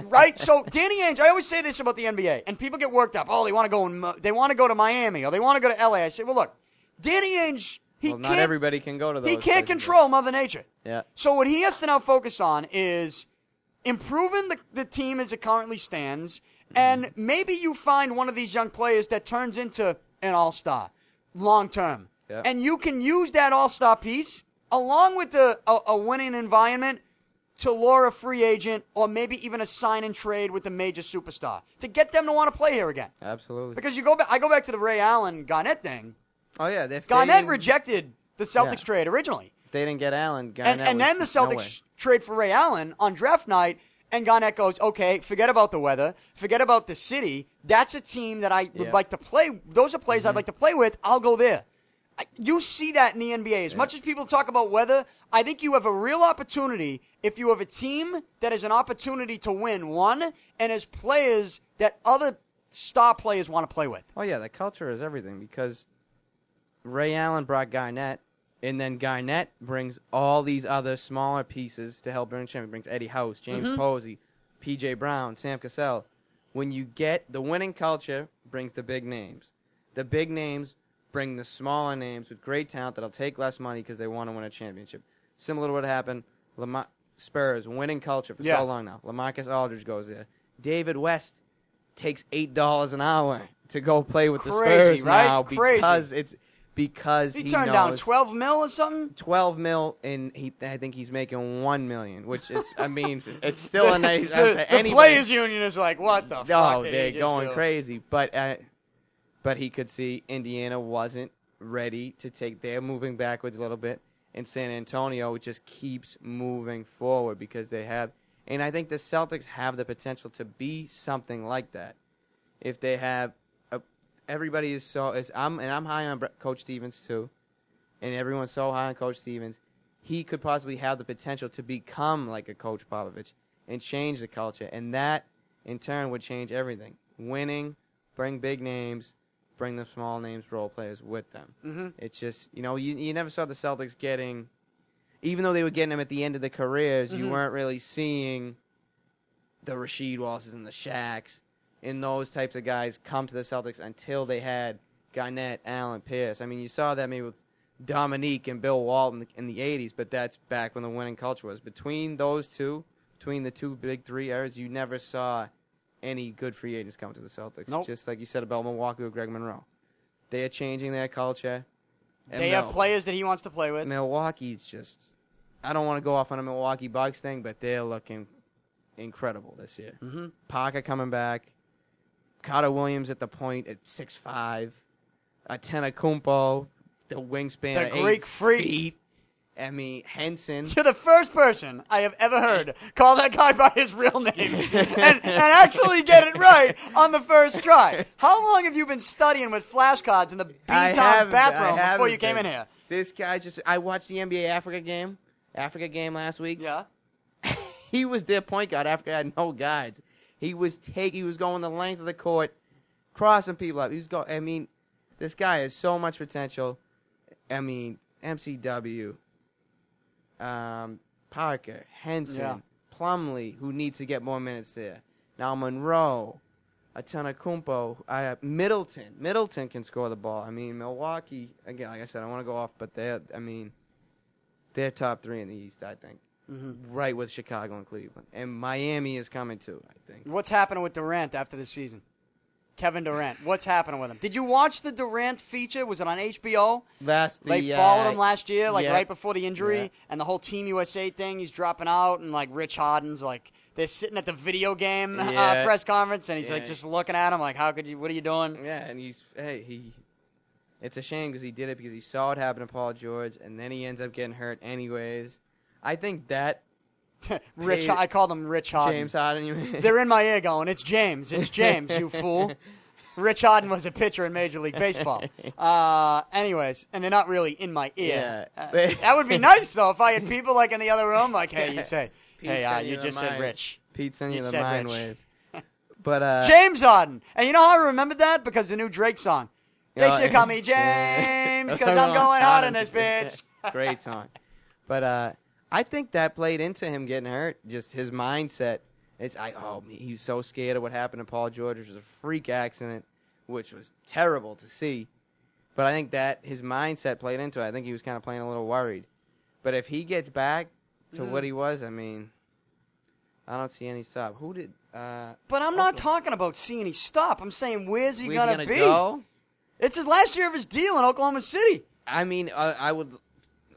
right? So Danny Ainge, I always say this about the NBA, and people get worked up. Oh, they want to go and Mo- they want to go to Miami or they want to go to LA. I say, well, look, Danny Ainge, he well, can't, not everybody can go to those. he can't places. control Mother Nature. Yeah. So what he has to now focus on is improving the, the team as it currently stands, and maybe you find one of these young players that turns into an all star long term. Yeah. And you can use that all star piece along with the, a, a winning environment to lure a free agent or maybe even a sign and trade with a major superstar to get them to want to play here again. Absolutely. Because you go back, I go back to the Ray Allen Garnett thing. oh yeah, if they Garnett didn't- rejected the Celtics Yeah. trade originally if They didn't get Allen. and, Garnett and was- then the no Celtics way. trade for Ray Allen on draft night, and Garnett goes, okay, forget about the weather, forget about the city. That's a team that I would Yeah. Mm-hmm. like to play. Those are plays I'd like to play with. I'll go there. I- You see that in the NBA. As much as people talk about weather, I think you have a real opportunity if you have a team that has an opportunity to win one and has players that other star players want to play with. Oh yeah, the culture is everything because Ray Allen brought Garnett, and then Garnett brings all these other smaller pieces to help bring champion. Brings Eddie House, James Posey, P.J. Brown, Sam Cassell. when you get the winning culture brings the big names. The big names bring the smaller names with great talent that'll take less money because they want to win a championship. Similar to what happened, Lamar- Spurs winning culture for Yeah. so long now. Lamarcus Aldridge goes there. David West takes eight dollars an hour to go play with the Crazy, Spurs right? now Crazy. because it's because He, he, turned knows down 12 mil or something? 12 mil and he I think he's making 1 million, which is I mean, it's still a nice The, for the anybody- players union is like, what the fuck? Oh, did he they're just going do? crazy, but uh, but he could see Indiana wasn't ready to take they're moving backwards a little bit and San Antonio just keeps moving forward because they have and I think the Celtics have the potential to be something like that. If they have a, everybody is so is I'm and I'm high on Bre- coach Stevens too and everyone's so high on Coach Stevens, he could possibly have the potential to become like a Coach Popovich and change the culture. And that, in turn, would change everything. Winning, bring big names, bring the small names role players with them. Mm-hmm. It's just, you know, you, you never saw the Celtics getting, even though they were getting them at the end of the careers, Mm-hmm. you weren't really seeing the Rashid Wallaces and the Shacks and those types of guys come to the Celtics until they had Garnett, Allen, Pierce. I mean, you saw that maybe with Dominique and Bill Walton in the 80s, but that's back when the winning culture was. Between those two, between the two big three eras, you never saw any good free agents come to the Celtics. Nope. Just like you said about Milwaukee with Greg Monroe. They are changing their culture. And They Mil- have players that he wants to play with. Milwaukee's just. I don't want to go off on a Milwaukee Bucks thing, but they're looking incredible this year. Mm-hmm. Parker coming back. Carter Williams at the point at 6'5. Atena Kumpo, the wingspan The of eight Greek freak. feet. I mean, Henson. You're the first person I have ever heard call that guy by his real name and, and actually get it right on the first try. How long have you been studying with flashcards in the I B-Town haven't- bathroom I before you haven't came in been. here? This guy's just. I watched the NBA Africa game, Africa game last week. Yeah. he was their point guard after I had no guides. He was take he was going the length of the court, crossing people up. He was going I mean, this guy has so much potential. I mean, MCW, um, Parker, Henson, Yeah. Plumley, who needs to get more minutes there. Now Monroe, Atanakumpo, uh, Middleton. Middleton can score the ball. I mean, Milwaukee, again, like I said, I want to go off, but they're, I mean, they're top three in the East, I think. Mm-hmm. Right with Chicago and Cleveland. And Miami is coming too, I think. What's happening with Durant after the season? Kevin Durant. What's happening with him? Did you watch the Durant feature? Was it on HBO? Last They the, followed uh, him last year, like yeah. right before the injury, Yeah. and the whole Team USA thing. He's dropping out, and like Rich Harden's like they're sitting at the video game uh, Yeah. press conference, and he's like Yeah. just looking at him, like, "How could you? What are you doing?" Yeah, and he's hey he. It's a shame because he did it because he saw it happen to Paul George, and then he ends up getting hurt anyways. I think that Rich, Hey, I called him Rich Harden. James Harden, you mean? They're in my ear going, "It's James, it's James, you fool." Rich Harden was a pitcher in Major League Baseball. Uh, anyways, and they're not really in my ear. Yeah. Uh, that would be nice though if I had people like in the other room, like, "Hey, you say, Pete hey, uh, sent you the just said mind- Rich." Pete sent You you, the said mind Rich. waves. But uh, James Harden. And you know how I remembered that? Because the new Drake song. They Oh, should call yeah. me James That's because how I'm going hard in this bitch. Great song. But uh, I think that played into him getting hurt. Just his mindset. It's I oh he was so scared of what happened to Paul George, which was a freak accident, which was terrible to see. But I think that his mindset played into it. I think he was kind of playing a little worried. But if he gets back to Mm-hmm. what he was, I mean, I don't see any stop. Who did? Uh, But I'm not talking about seeing he stop. I'm saying where's he where's he gonna, gonna be? go? It's his last year of his deal in Oklahoma City. I mean, uh, I would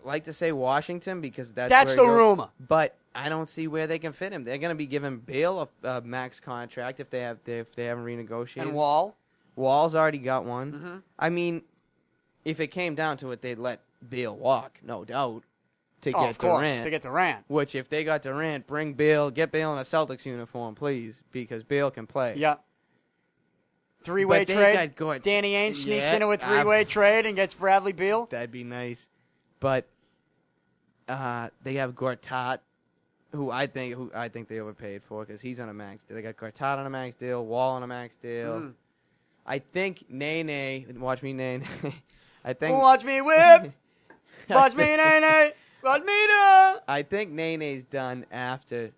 like to say Washington because that's That's where the he goes. rumor. But I don't see where they can fit him. They're going to be giving Bill a, a max contract if they have if they haven't renegotiated. And Mm-hmm. Wall. Wall's already got one. I mean, if it came down to it, they'd let Bill walk, no doubt, to Oh, get of course, Durant. to get Durant. which if they got Durant, bring Bill, get Bill in a Celtics uniform, please, because Bill can play. Yeah. Three way But they trade. got good- Danny Ainge sneaks Yeah, into a I've- three way trade and gets Bradley Beal. That'd be nice. But uh, they have Gortat, who I think who I think they overpaid for because he's on a max deal. They got Gortat on a max deal, Wall on a max deal. Hmm. I think Nene, watch me Nene. I think Watch me whip. Watch me, nay, nay. Watch me, do. I think Nene's done after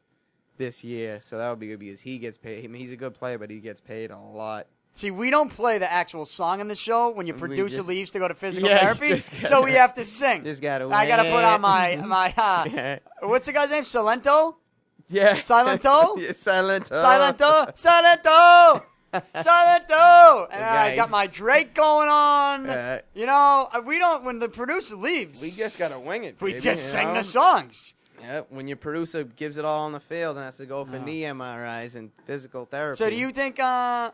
this year, so that would be good because he gets paid. I mean, he's a good player, but he gets paid a lot. See, we don't play the actual song in the show when your We producer just- leaves to go to physical Yeah, you therapy, just gotta- so we have to sing. Just gotta I gotta put on my wait. my uh, Yeah. what's the guy's name? Silento, Yeah, Silento? yeah, Silento. Silento, Silento, Silento, and I Nice. got my Drake going on. Yeah. You know, uh, we don't when the producer leaves. We just gotta wing it. we baby, just you sing know? the songs. Yeah, when your producer gives it all on the field and has to go for knee MRIs and physical therapy. Uh-huh. So, do you think uh,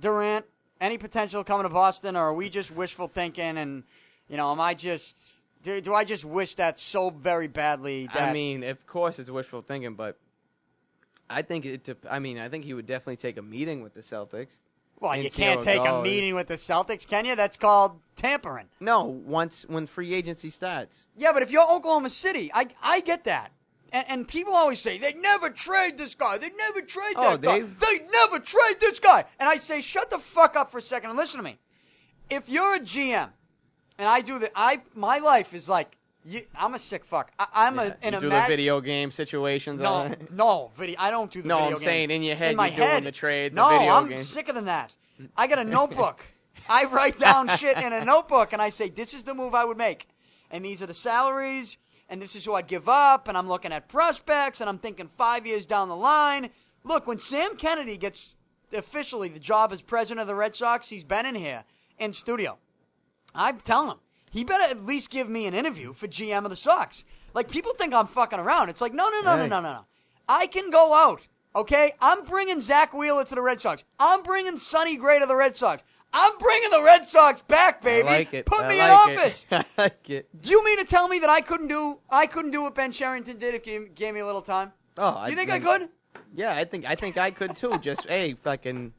Durant any potential coming to Boston, or are we just wishful thinking? And you know, am I just do, do I just wish that so very badly? That, I mean, of course, it's wishful thinking, but I think it. dep- I mean, I think he would definitely take a meeting with the Celtics. well, and you see how can't it take a goes. meeting with the Celtics, can you? That's called tampering. No, once when free agency starts. Yeah, but if you're Oklahoma City, I I get that. And, and people always say they never trade this guy. They never trade Oh, that guy. they've- They never trade this guy. And I say, shut the fuck up for a second and listen to me. If you're a GM, and I do that, I my life is like you, I'm a sick fuck. I, I'm Yeah, a, an you do imag- the video game situations. all No, that. no, video. I don't do the No, video I'm game. saying in your head in my you're doing head. the trades, the No, video I'm game. sicker than that. I got a notebook. I write down shit in a notebook, and I say this is the move I would make, and these are the salaries, and this is who I'd give up, and I'm looking at prospects, and I'm thinking five years down the line. Look, when Sam Kennedy gets officially the job as president of the Red Sox, he's been in here in studio. I'm telling him he better at least give me an interview for GM of the Sox. Like people think I'm fucking around. It's like no, no, no, no, Hey. no, no, no. I can go out. Okay, I'm bringing Zach Wheeler to the Red Sox. I'm bringing Sonny Gray to the Red Sox. I'm bringing the Red Sox back, baby. I like it. Put I me like in it. office. I like it. you mean to tell me that I couldn't do I couldn't do what Ben Sherrington did if you gave me a little time? Oh, you think think- I could? Yeah, I think I think I could too. Just hey, fucking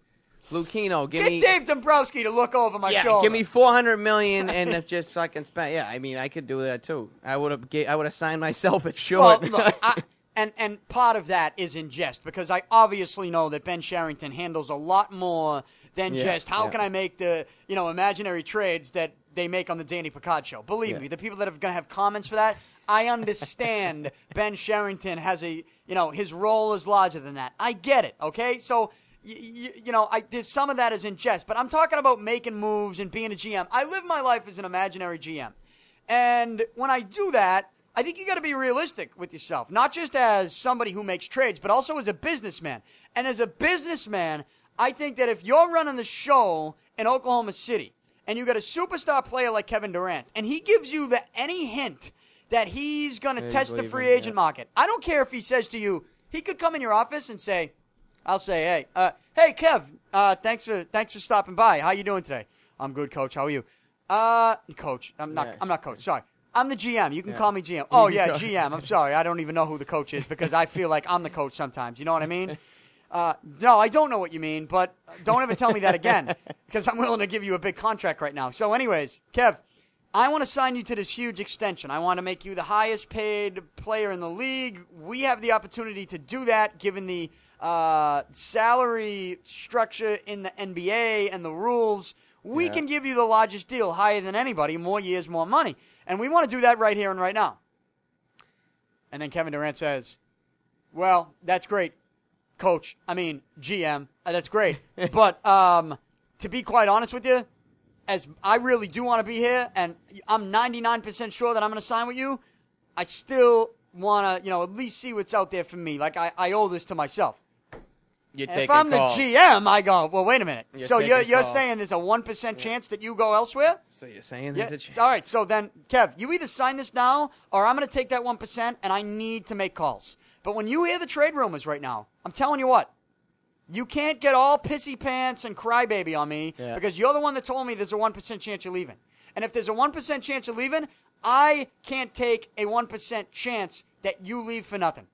Lucchino, give Get me Dave Dombrowski to look over my yeah, shoulder. give me four hundred million and if just fucking spent. Yeah, I mean I could do that too. I would have I would have signed myself at Well, short. look, I, and and part of that is in jest because I obviously know that Ben Sherrington handles a lot more than Yeah, just how yeah. can I make the you know imaginary trades that they make on the Danny Picard show. Believe Yeah. me, the people that are going to have comments for that, I understand. ben Sherrington has a you know his role is larger than that. I get it. Okay, so. You, you know, I, there's some of that is in jest, but I'm talking about making moves and being a GM. I live my life as an imaginary GM. And when I do that, I think you got to be realistic with yourself, not just as somebody who makes trades, but also as a businessman. And as a businessman, I think that if you're running the show in Oklahoma City and you got a superstar player like Kevin Durant, and he gives you the any hint that he's going to he's test the leaving, free agent yeah. market, I don't care if he says to you, he could come in your office and say, I'll say, hey, uh, hey, Kev, uh, thanks for thanks for stopping by. How you doing today? I'm good, Coach. How are you? Uh, Coach, I'm not Yeah. I'm not Coach. Sorry, I'm the GM. You can call me GM. Oh can yeah, call- GM. I'm sorry, I don't even know who the coach is because I feel like I'm the coach sometimes. You know what I mean? Uh, no, I don't know what you mean, but don't ever tell me that again because I'm willing to give you a big contract right now. So, anyways, Kev, I want to sign you to this huge extension. I want to make you the highest paid player in the league. We have the opportunity to do that given the uh, salary structure in the NBA and the rules. We Yeah. can give you the largest deal, higher than anybody, more years, more money. And we want to do that right here and right now. And then Kevin Durant says, Well, that's great, coach. I mean, GM. Uh, That's great. but um, to be quite honest with you, as I really do want to be here, and I'm 99% sure that I'm going to sign with you, I still want to, you know, at least see what's out there for me. Like, I, I owe this to myself. you And if I'm calls. the GM, I go, Well, wait a minute. You're so you're, taking you're calls. saying there's a 1% chance that you go elsewhere? So you're saying Yeah, there's a chance. All right. So then, Kev, you either sign this now, or I'm going to take that one percent, and I need to make calls. But when you hear the trade rumors right now, I'm telling you what, you can't get all pissy pants and crybaby on me Yeah. because you're the one that told me there's a one percent chance you're leaving. And if there's a one percent chance you're leaving, I can't take a one percent chance that you leave for nothing.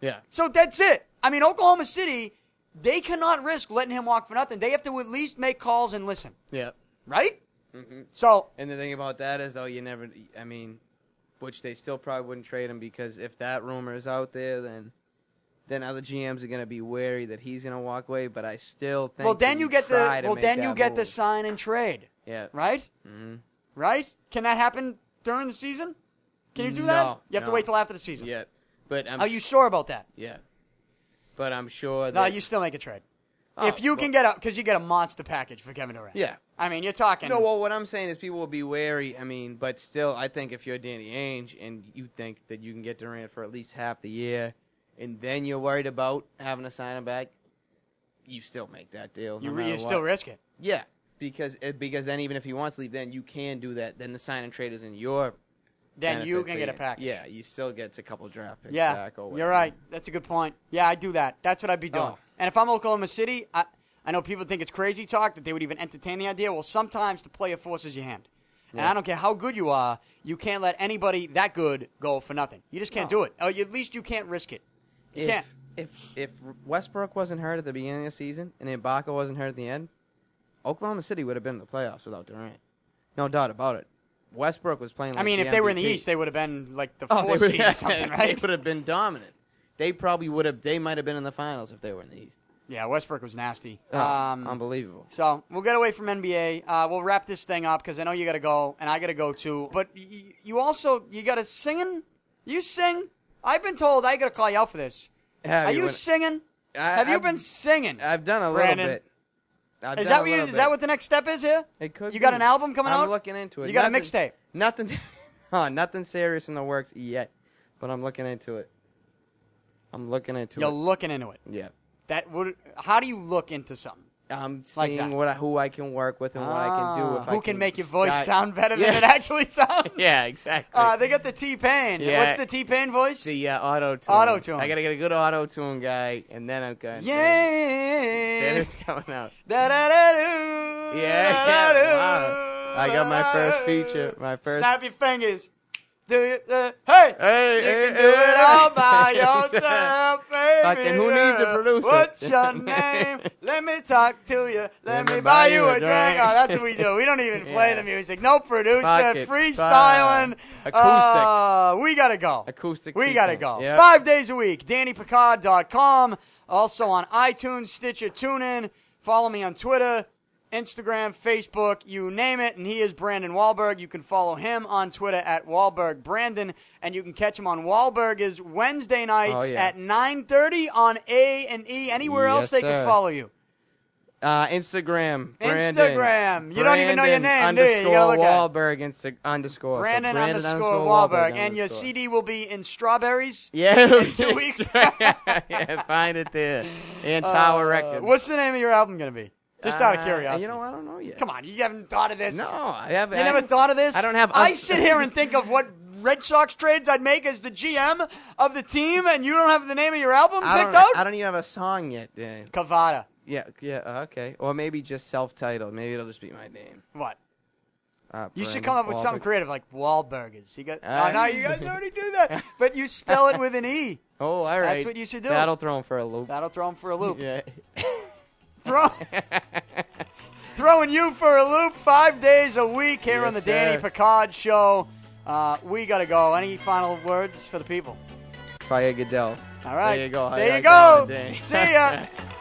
Yeah. So that's it. I mean, Oklahoma City, they cannot risk letting him walk for nothing. They have to at least make calls and listen, Yeah. right? So And the thing about that is though you never I mean which they still probably wouldn't trade him because if that rumor is out there then then other GMs are gonna be wary that he's gonna walk away, but I still think Well, that then you get try the to well, make then you that get the move. sign and trade, Yeah. right? Mm-hmm. Right? Can that happen during the season? Can you do No, that? You have to no. wait till after the season. Yeah. But I'm Are you sure about that? Yeah. But I'm sure that No, you still make a trade. if you can get a, because you get a monster package for Kevin Durant. Oh, Yeah. I mean, you're talking. No, well, what I'm saying is people will be wary. I mean, but still, I think if you're Danny Ainge and you think that you can get Durant for at least half the year, and then you're worried about having to sign him back, you still make that deal. no you, re- matter you still what. risk it. yeah, because it, because then even if he wants to leave, then you can do that. Then the sign and trade is in your. Then benefit, you so can get a package. Yeah, you still get a couple draft picks. Yeah, back or you're whatever. right. That's a good point. Yeah, I do that. That's what I'd be doing. Oh. And if I'm Oklahoma City, I, I know people think it's crazy talk that they would even entertain the idea. Well, sometimes the player forces your hand. And I don't care how good you are, you can't let anybody that good go for nothing. You just can't do it. Or at least you can't risk it. You If, can't. if if Westbrook wasn't hurt at the beginning of the season and Ibaka wasn't hurt at the end, Oklahoma City would have been in the playoffs without Durant. No doubt about it. Westbrook was playing. Like I mean, if they were in the MVP. East, they would have been like the oh, four they seed or something, right? would have been dominant. They probably would have. They might have been in the finals if they were in the East. Yeah, Westbrook was nasty. Oh, um, unbelievable. So we'll get away from NBA. Uh, we'll wrap this thing up because I know you got to go and I got to go too. But y- y- you also you got to singing. You sing. I've been told I got to call you out for this. Have Are you when- singing? I- Have you I've- been singing? I've done a little Brandon? bit. I've Is done that a what you, little is that bit. what the next step is here? It could You got be. an album coming I'm out? I'm looking into it. You got a Nothing- mixtape? Nothing. huh, nothing serious in the works yet, but I'm looking into it. I'm looking into You're it. looking into it. yeah. That would. How do you look into something? I'm Like that. seeing what I, who I can work with and what I can do. Ah, If who I can make your voice start- sound better Yeah. than it actually sounds? Yeah, exactly. Uh, they got the T Pain. Yeah. What's the T Pain voice? the uh, auto tune. Auto-tune. I gotta get a good auto tune guy, and then I'm good. Then yeah. it's coming out. Da da da do. Yeah, Da, da, do. wow. I got my first feature, my first- Snap your fingers. Do you, uh, hey, Hey, you hey, can do hey. it all by yourself, baby. Fucking who needs a producer? What's your name? Let me talk to you. Let, me, buy you a drink. Oh, that's what we do. We don't even play Yeah. the music. No producer, Fuck it. freestyling. Fuck. Acoustic. Uh, we gotta go. Acoustic We gotta T-Pain. go. Yep. Five days a week. DannyPicard.com. Also on iTunes, Stitcher, TuneIn. Follow me on Twitter, Instagram, Facebook, you name it. And he is Brandon Wahlberg. You can follow him on Twitter at Wahlberg Brandon, and you can catch him on Wahlberg is Wednesday nights Oh, yeah. at 9:30 on A and E. Anywhere Yes, else they can sir. follow you. Uh, Instagram. Brandon. Instagram. You don't even know your name, Brandon do you? You gotta Underscore look at it. Wahlberg insta- underscore. So Brandon, underscore, Wahlberg. And your underscore. CD will be in strawberries. Yeah, it'll be two weeks. yeah, find it there. And Tower Uh, Records. what's the name of your album going to be? Just out of Uh, curiosity. You know, I don't know yet. Come on, you haven't thought of this. No, I haven't. You I- never thought of this? I don't have. I us- sit here and think of what Red Sox trades I'd make as the GM of the team, and you don't have the name of your album I picked don't, out? I don't even have a song yet, Dan. Cavada. Yeah, yeah, uh, okay. Or maybe just self-titled. Maybe it'll just be my name. What? Uh, You should Brandon come up with something Wahlberg. creative like Wahlburgers. You got Uh, oh, no, you guys already do that, but you spell it with an E. Oh, all right. what you should do. That'll throw him for a loop. That'll throw him for a loop. Yeah. Throw, throwing you for a loop five days a week here Yes, on the Danny sir. Picard Show. Uh, we got to go. Any final words for the people? Fire Goodell. All right. There you go. How There you you like that go. one, Danny? See ya.